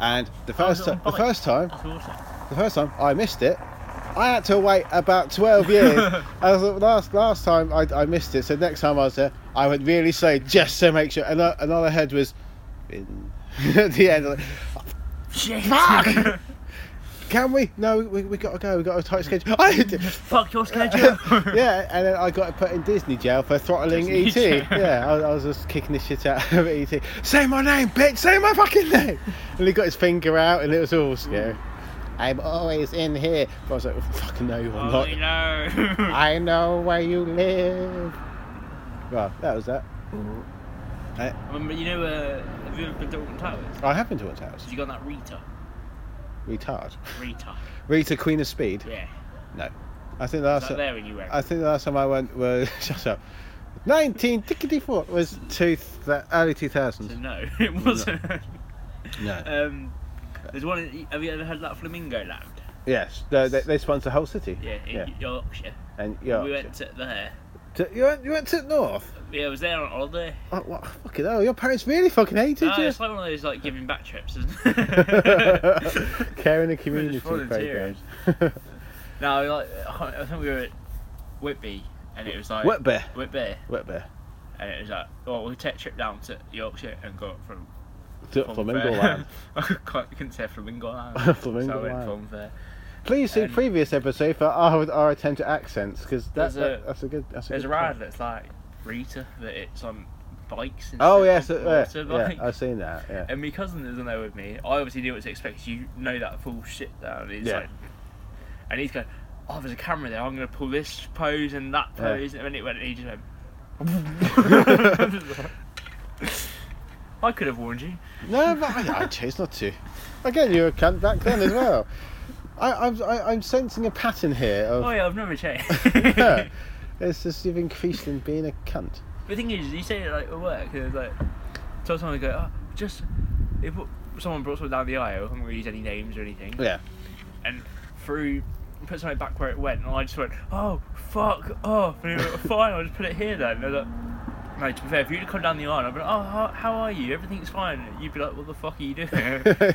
B: And the
C: Oh, is
B: first
C: it on
B: time, the
C: bikes?
B: first time,
C: That's awesome.
B: the first time I missed it. I had to wait about 12 years. I was, last last time I, I missed it, so next time I was there, I would really slow just to make sure. And, I, and all I heard was, "Bin." at the end, like,
C: Shit.
B: Fuck! can we? No, we, we got to go, we got a tight schedule. I did-
C: Fuck your schedule.
B: yeah, and then I got put in Disney jail for throttling
C: Disney
B: ET.
C: jail.
B: Yeah, I, I was just kicking the shit out of ET. Say my name, bitch! Say my fucking name! And he got his finger out, and it was all scary. I'm always in here. But I was like, fucking no, you're
C: Oh,
B: not.
C: no.
B: I know where you live. Well, that was that.
C: Um, you know, uh, have you ever been to Alton Towers?
B: Oh, I have been to a house.
C: Have you gone that Rita?
B: Retard.
C: Rita.
B: Rita, Queen of Speed.
C: Yeah.
B: I think the
C: Is
B: last.
C: that there when you went?
B: I think the last time I went was shut up. 19 four was two th- early two
C: So
B: thousands.
C: no, it wasn't.
B: No.
C: um, there's one. in- Have you ever heard of that Flamingo Land?
B: Yes, they, they, they sponsor the whole city.
C: Yeah, in
B: yeah.
C: Yorkshire.
B: And yeah,
C: We went to there.
B: to, you went you went to the north.
C: Yeah, I was there on holiday.
B: Oh, what? Fucking hell, your parents really fucking hated
C: No,
B: you.
C: it's like one of those like giving back trips. Isn't it?
B: Care in the community
C: volunteering.
B: program.
C: no, like I think we were at Whitby, and it was like
B: Whitby.
C: Whitby,
B: Wet bear.
C: and it was like, oh, we'll take a trip down to Yorkshire and go up from
B: To Flamingo Land.
C: I can't- couldn't say Flamingo Land.
B: Flamingo
C: so I went
B: Land.
C: From there.
B: Please see
C: And-
B: previous episode for our, our attempt to accents because that,
C: There's
B: that,
C: a-
B: that's a good. That's a
C: There's a
B: good
C: ride
B: point.
C: that's like Rita, that it's on bikes. instead
B: Oh
C: of
B: yes, uh, yeah,
C: motorbikes.
B: yeah, I've seen that. Yeah.
C: And my cousin is on there with me. I obviously knew what to expect. You know that full shit down. He's
B: Yeah.
C: like, and he's going, oh, there's a camera there. I'm gonna pull this pose and that
B: Yeah.
C: pose, and then it went. And he just went. I could have warned you.
B: No, but I, I chose not to. Again, you were a cunt back then as well. I, I'm I, I'm sensing a pattern here of
C: Oh yeah, I've never checked.
B: Yeah. it's just you've increased in being a cunt.
C: The thing is, you say it like at work, and it's like, so someone go, oh, just if someone brought something down the aisle, I'm not gonna use any names or anything,
B: Yeah.
C: and threw, put something back where it went, and I just went, oh fuck off, and he went, fine, I'll just put it here then. And I was like, no, to be fair, if you'd have come down the aisle, I'd be like, oh, how, how are you? Everything's fine. You'd be like, what the fuck are you doing? the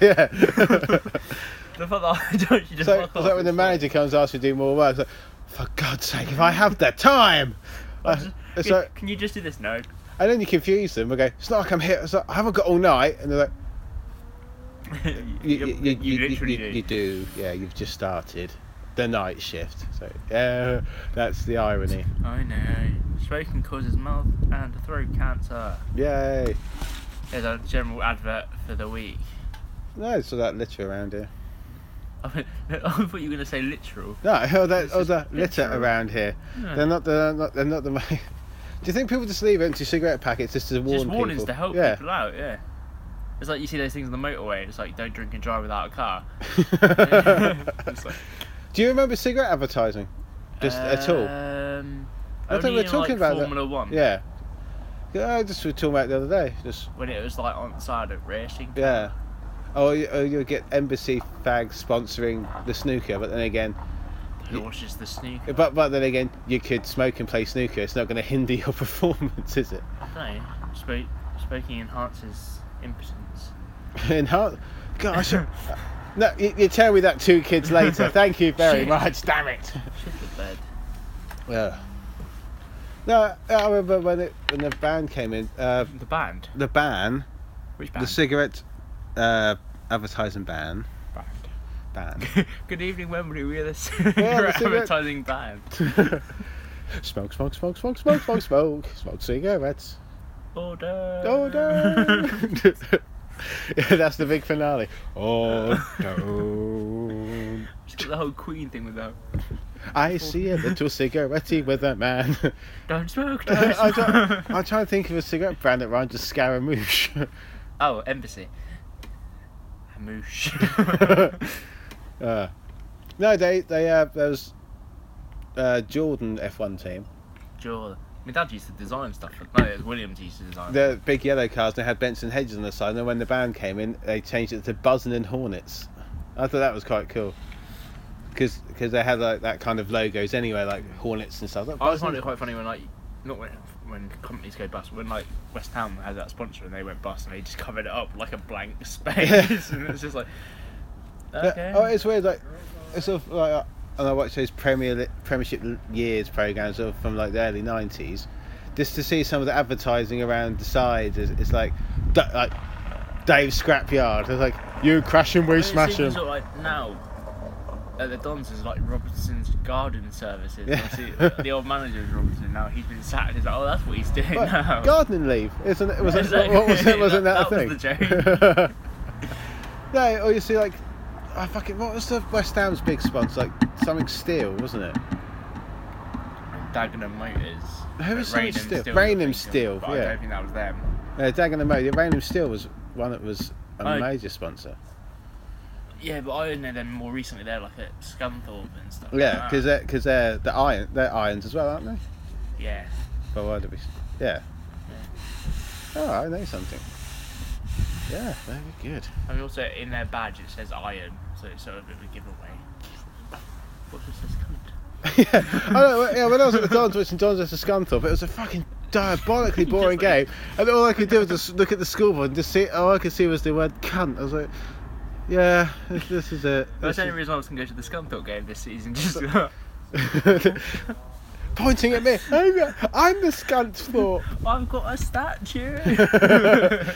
B: yeah.
C: fact that I told you to
B: so,
C: fuck off.
B: so when the
C: is
B: manager comes asks you to do more work, it's like, for God's sake, if I have the time.
C: like,
B: Uh,
C: just-
B: so-
C: can, can you just do this? No.
B: and then you confuse them. We go, it's not like I'm here. It's like, I haven't got all night. And they're like,
C: you,
B: you, you, you, you-
C: literally
B: you- you do. Yeah, you've just started the night shift. So uh, that's the irony.
C: I know. Smoking causes mouth and throat cancer.
B: Yay.
C: There's a general advert for the week.
B: No, it's all that litter around here.
C: I thought you were going to say literal.
B: No, oh, that
C: It's just
B: other litter
C: literal.
B: around here. They're not. They're not. They're not the. main- Do you think people just leave empty cigarette packets just to warn
C: Just warnings
B: people?
C: to help
B: yeah.
C: people out, yeah. It's like you see those things on the motorway. It's like don't drink and drive without a car. It's like,
B: Do you remember cigarette advertising? Just at all?
C: Um,
B: I
C: only
B: think we're
C: in,
B: talking
C: like,
B: about that.
C: Formula One.
B: Yeah. Yeah, I just was talking about it the other day. Just
C: When it was like on side at racing.
B: yeah. Oh, you, oh, you'll get embassy fags sponsoring the snooker, but then again,
C: Who watches the sneak?
B: but but then again, you could smoke and play snooker. It's not going to hinder your performance, is it?
C: No, sp- smoking enhances impotence.
B: And how? Gosh. No, you, you tell me that two kids later. Thank you very
C: Shit.
B: much. Damn it.
C: Shit the bed.
B: Yeah. No, I remember when it when the ban came in. Uh,
C: The band.
B: the ban,
C: Which
B: the
C: band?
B: cigarette uh, advertising ban.
C: band.
B: Ban.
C: Good evening, Wembley. We're the
B: the
C: cigarette
B: cigarette-
C: advertising band.
B: smoke, smoke, smoke, smoke, smoke, smoke, smoke, smoke cigarettes.
C: Order.
B: Oh no. yeah, that's the big finale. Oh no.
C: Just got the whole Queen thing with that.
B: I see a little cigarette with a man.
C: Don't smoke. Don't
B: I
C: smoke.
B: don't, I'm trying to think of a cigarette brand that rhymes with Scaramouche.
C: Oh, embassy. Hamoosh.
B: uh, no, they they uh, there was uh, Jordan F1 team.
C: Jordan. My dad used to design stuff. No, it was Williams used to design.
B: The big yellow cars. They had Benson Hedges on the side. And then when the band came in, they changed it to Buzzin' and Hornets. I thought that was quite cool. Because they had like that kind of logos anyway, like hornets and stuff. Like,
C: I always find
B: Buzzin'-
C: it quite funny when like not when when companies go bust, when like West Ham had that sponsor and they went bust and they just covered it up like a blank space and it's just like
B: Yeah,
C: okay.
B: Oh, it's weird. Like, it's sort of like, uh, and I watch those Premier Li- Premiership l- years programs of, from like the early '90s. Just to see some of the advertising around the sides, it's, it's like, D- like Dave's scrapyard. It's like you crash and we
C: But it
B: smash
C: seems
B: him.
C: Sort of like now at the Dons is like Robertson's garden services.
B: Yeah.
C: Obviously, uh, the, the old manager is Robertson now. He's been sacked. He's like, oh, that's what he's doing
B: But
C: now.
B: gardening leave, isn't it? Was it
C: Exactly.
B: what was it? Wasn't that,
C: That-
B: a
C: that
B: thing?
C: was
B: the joke. no, or you see like, I fucking what was the West Ham's big sponsor? Like something steel, wasn't it?
C: Dagenham Motors.
B: Who
C: But
B: was something
C: Raynham
B: Steel?
C: Steel
B: Raynham
C: was a big
B: Steel,
C: but I
B: yeah.
C: don't think that was them.
B: No, Dagenham Uh, and Motor. Rainham Steel was one that was a
C: Oh.
B: major sponsor.
C: Yeah, but I know them more recently. They're like at Scunthorpe and stuff. like
B: Yeah,
C: that.
B: because they're, cause they're, they're, iron, they're irons as well, aren't they?
C: yeah.
B: But why do we? Yeah. Oh, I know something. Yeah, very good.
C: I mean, also in their badge it says iron, so it's sort of a bit of a giveaway. What does this cunt?
B: yeah, I know, yeah, when I was at the Dons watching Dons vs Scunthorpe, it was a fucking diabolically boring game, and all I could do was just look at the scoreboard and just see. All I could see was the word cunt. I was like, yeah, this, this is it. This
C: That's the only
B: is-
C: reason I was going to go to the Scunthorpe game this season. Just
B: Pointing at me, I'm the- I'm the scunt for.
C: I've got a statue.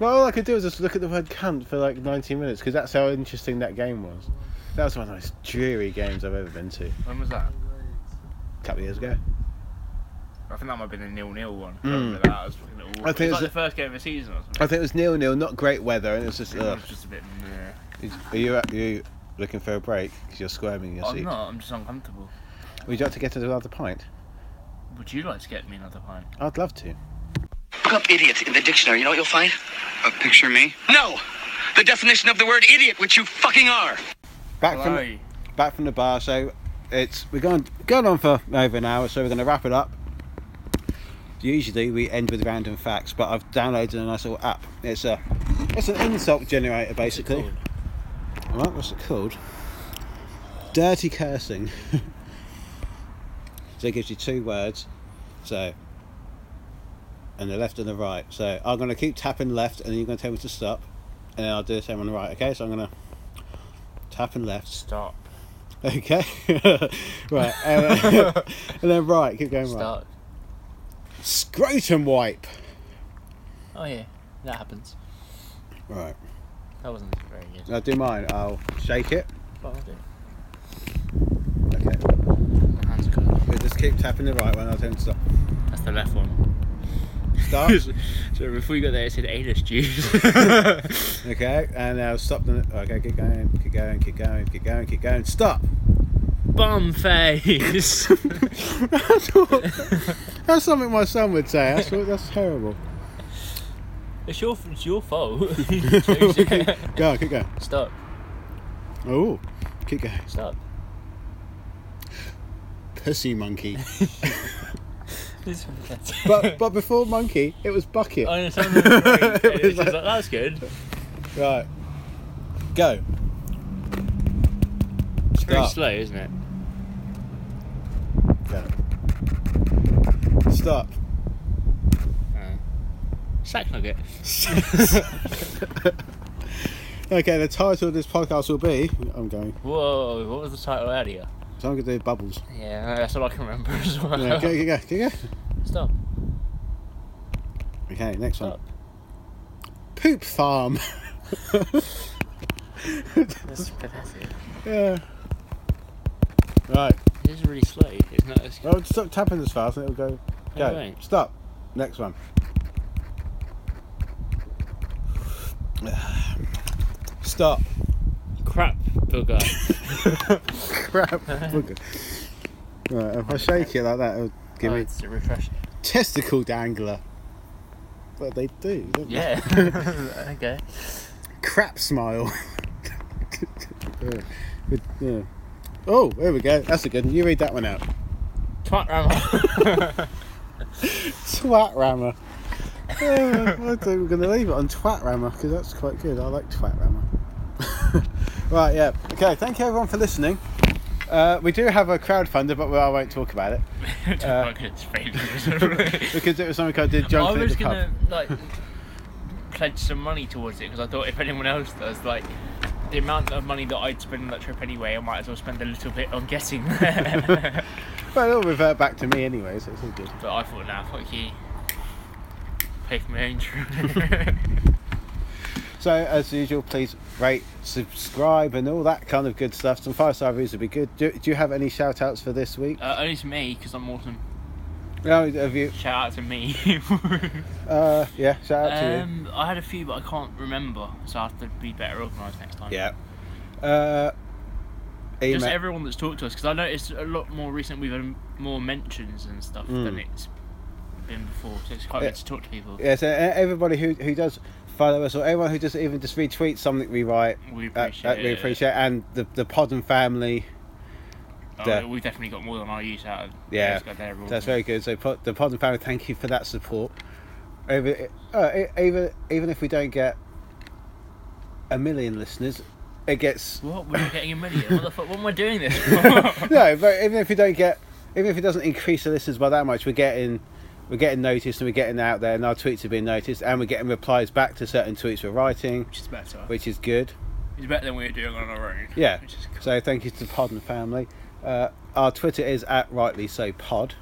B: Well, all I could do was just look at the word cunt for like 90 minutes because that's how interesting that game was. That was one of the most dreary games I've ever been to. A
C: when was that?
B: couple of years ago.
C: I think that might have been a nil-nil one.
B: Mm.
C: Remember that? I was fucking awful.
B: I think
C: it
B: it was
C: was like the
B: a-
C: first game of the season or
B: I
C: something.
B: think it was nil nil, not great weather, and it was just.
C: It
B: Ugh.
C: was just a bit. meh.
B: Is- Are you are you looking for a break? Because you're squirming in your
C: Oh, I'm
B: seat.
C: not. I'm just uncomfortable.
B: Would you like to get another pint?
C: Would you like to get me another pint?
B: I'd love to.
E: Look up idiot in the dictionary. You know what you'll find?
F: A picture of me?
E: No! The definition of the word idiot, which you fucking are!
B: Back
C: Hello.
B: from back from the bar, so it's we're going going on for over an hour, so we're going to wrap it up. Usually we end with random facts, but I've downloaded a nice little app. It's a it's an insult generator basically. Right, what's it called? Dirty cursing. so it gives you two words. So and the left and the right. So I'm gonna keep tapping left and you're gonna tell me to stop. And then I'll do the same on the right, okay? So I'm gonna tap and left.
C: Stop.
B: Okay. right. And then, and then right, keep going right.
C: Start.
B: Scrotum wipe.
C: Oh yeah, that happens.
B: Right.
C: That wasn't very good.
B: Now do mine. I'll shake it.
C: But I'll do.
B: Okay.
C: it. My hands are cold.
B: But just keep tapping the right one, I'll tell you to stop.
C: That's the left one.
B: start.
C: so before you got there, it said anus juice.
B: okay, and now stop the. Okay, keep going, keep going, keep going, keep going, keep going. Stop.
C: Bum face.
B: that's, all- that's something my son would say. That's all- that's terrible.
C: it's your it's your fault.
B: Go, on, keep going.
C: stop,
B: Oh, keep going.
C: stop.
B: Pussy monkey.
C: This one pathetic.
B: But but before monkey, it was bucket.
C: I know some of them are great,
B: It was
C: She's like,
B: like-
C: that's good.
B: Right. Go.
C: It's very
B: Stop.
C: slow, isn't it?
B: Go. Stop.
C: Sack nugget.
B: Okay, the title of this podcast will be. I'm going.
C: Whoa, what was the title earlier?
B: So I'm going to do bubbles.
C: Yeah, that's all I can remember as well.
B: Yeah, go, go, go, go, go.
C: Stop,
B: Okay, next one.
C: stop.
B: Poop farm.
C: That's pathetic.
B: yeah. Right.
C: It is really slow. It's not as
B: Well, stop tapping as fast and it'll go. Go.
C: Alright.
B: Stop. Next one. Stop.
C: crap booger.
B: Crap. Bugger. right, if I shake it like that, it'll give
C: oh,
B: me
C: it's a refresh.
B: testicle dangler. But they do, don't they?
C: Yeah. okay.
B: Crap smile. yeah. But, yeah. Oh, there we go. That's a good one. You read that one out.
C: Twat rammer.
B: Twat rammer. Yeah, I think we're going to leave it on twat rammer because that's quite good. I like twat rammer. right, yeah. Okay, thank you everyone for listening. Uh, we do have a crowdfunder, but we, I won't talk about it
C: Twat rammer's favourite.
B: because it was something I did
C: I
B: drunk at
C: was
B: the pub.
C: gonna like pledge some money towards it because I thought if anyone else does, like the amount of money that I'd spend on that trip anyway, I might as well spend a little bit on getting there.
B: Well, it'll revert back to me anyway, so it's all good.
C: but I thought, nah, fuck you. Pick my own trip.
B: So, as usual, please rate, subscribe, and all that kind of good stuff. Some five star reviews would be good. Do, do you have any shout outs for this week?
C: uh, only to me because I'm awesome.
B: No, have you?
C: Shout out to me.
B: Uh, yeah, shout out to you.
C: um, I had a few, but I can't remember, so I have to be better organised next time.
B: Yeah. Uh, email.
C: Just everyone that's talked to us, because I noticed a lot more recent. We've had more mentions and stuff than it's been before, so it's quite
B: Mm. Yeah.
C: good to talk to people.
B: yeah, so e- everybody who, who does follow us, or everyone who just even just retweets something we write,
C: We
B: that,
C: appreciate
B: that Uh, we
C: it.
B: appreciate. And the, the Podden family,
C: Oh,
B: that-
C: we've definitely got more than our use out of
B: Yeah,
C: those guys there, everyone.
B: that's very good. So Pod, the Podden family, thank you for that support. Over, uh, e- even even if we don't get a million listeners, it gets
C: What? We're not getting a million? what the fuck? What am I doing this for?
B: no. But even if we don't get, even if it doesn't increase the listeners by that much, we're getting we're getting noticed and we're getting out there, and our tweets are being noticed, and we're getting replies back to certain tweets we're writing,
C: Which is better.
B: which is good.
C: It's better than we were doing on our own.
B: Yeah.
C: Which is cool.
B: So thank you to the Podden family. Uh, our Twitter is at rightly so pod.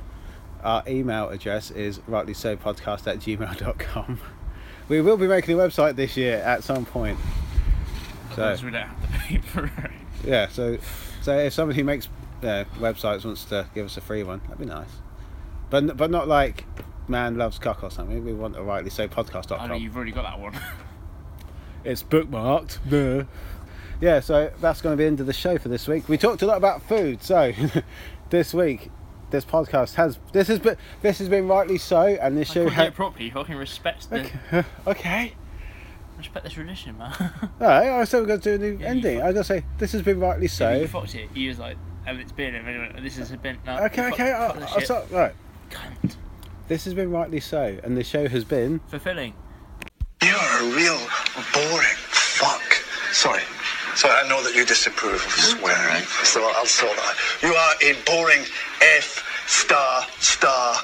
B: Our email address is rightly so podcast at gmail.com. We will be making a website this year at some point. So
C: Because we don't have the paper.
B: yeah, so so if somebody who makes uh, websites wants to give us a free one, that'd be nice. But but not like man loves cock or something. We want a rightly so
C: I know
B: podcast.com.
C: you've already got that one.
B: It's bookmarked. Duh. Yeah, so that's going to be the end of the show for this week. We talked a lot about food, so this week, this podcast has this has been this has been rightly so, and this
C: I
B: show
C: can do
B: ha-
C: it properly. Fucking respect the
B: okay.
C: respect the tradition, man.
B: All right, I said we're going to do a new
C: Yeah, you
B: ending. I was going to say this has been rightly
C: you
B: so.
C: fucked it. You was like, and it's been. And then you went, this has been. No,
B: Okay,
C: fuck-
B: okay,
C: fuck
B: I'll,
C: this
B: I'll
C: shit.
B: stop. Right,
C: Cunt.
B: this has been rightly so, and the show has been.
C: Fulfilling.
F: You're a real boring fuck. Sorry.
G: So I know that you disapprove of swearing, so I'll sort that. out.
F: You are a boring F star star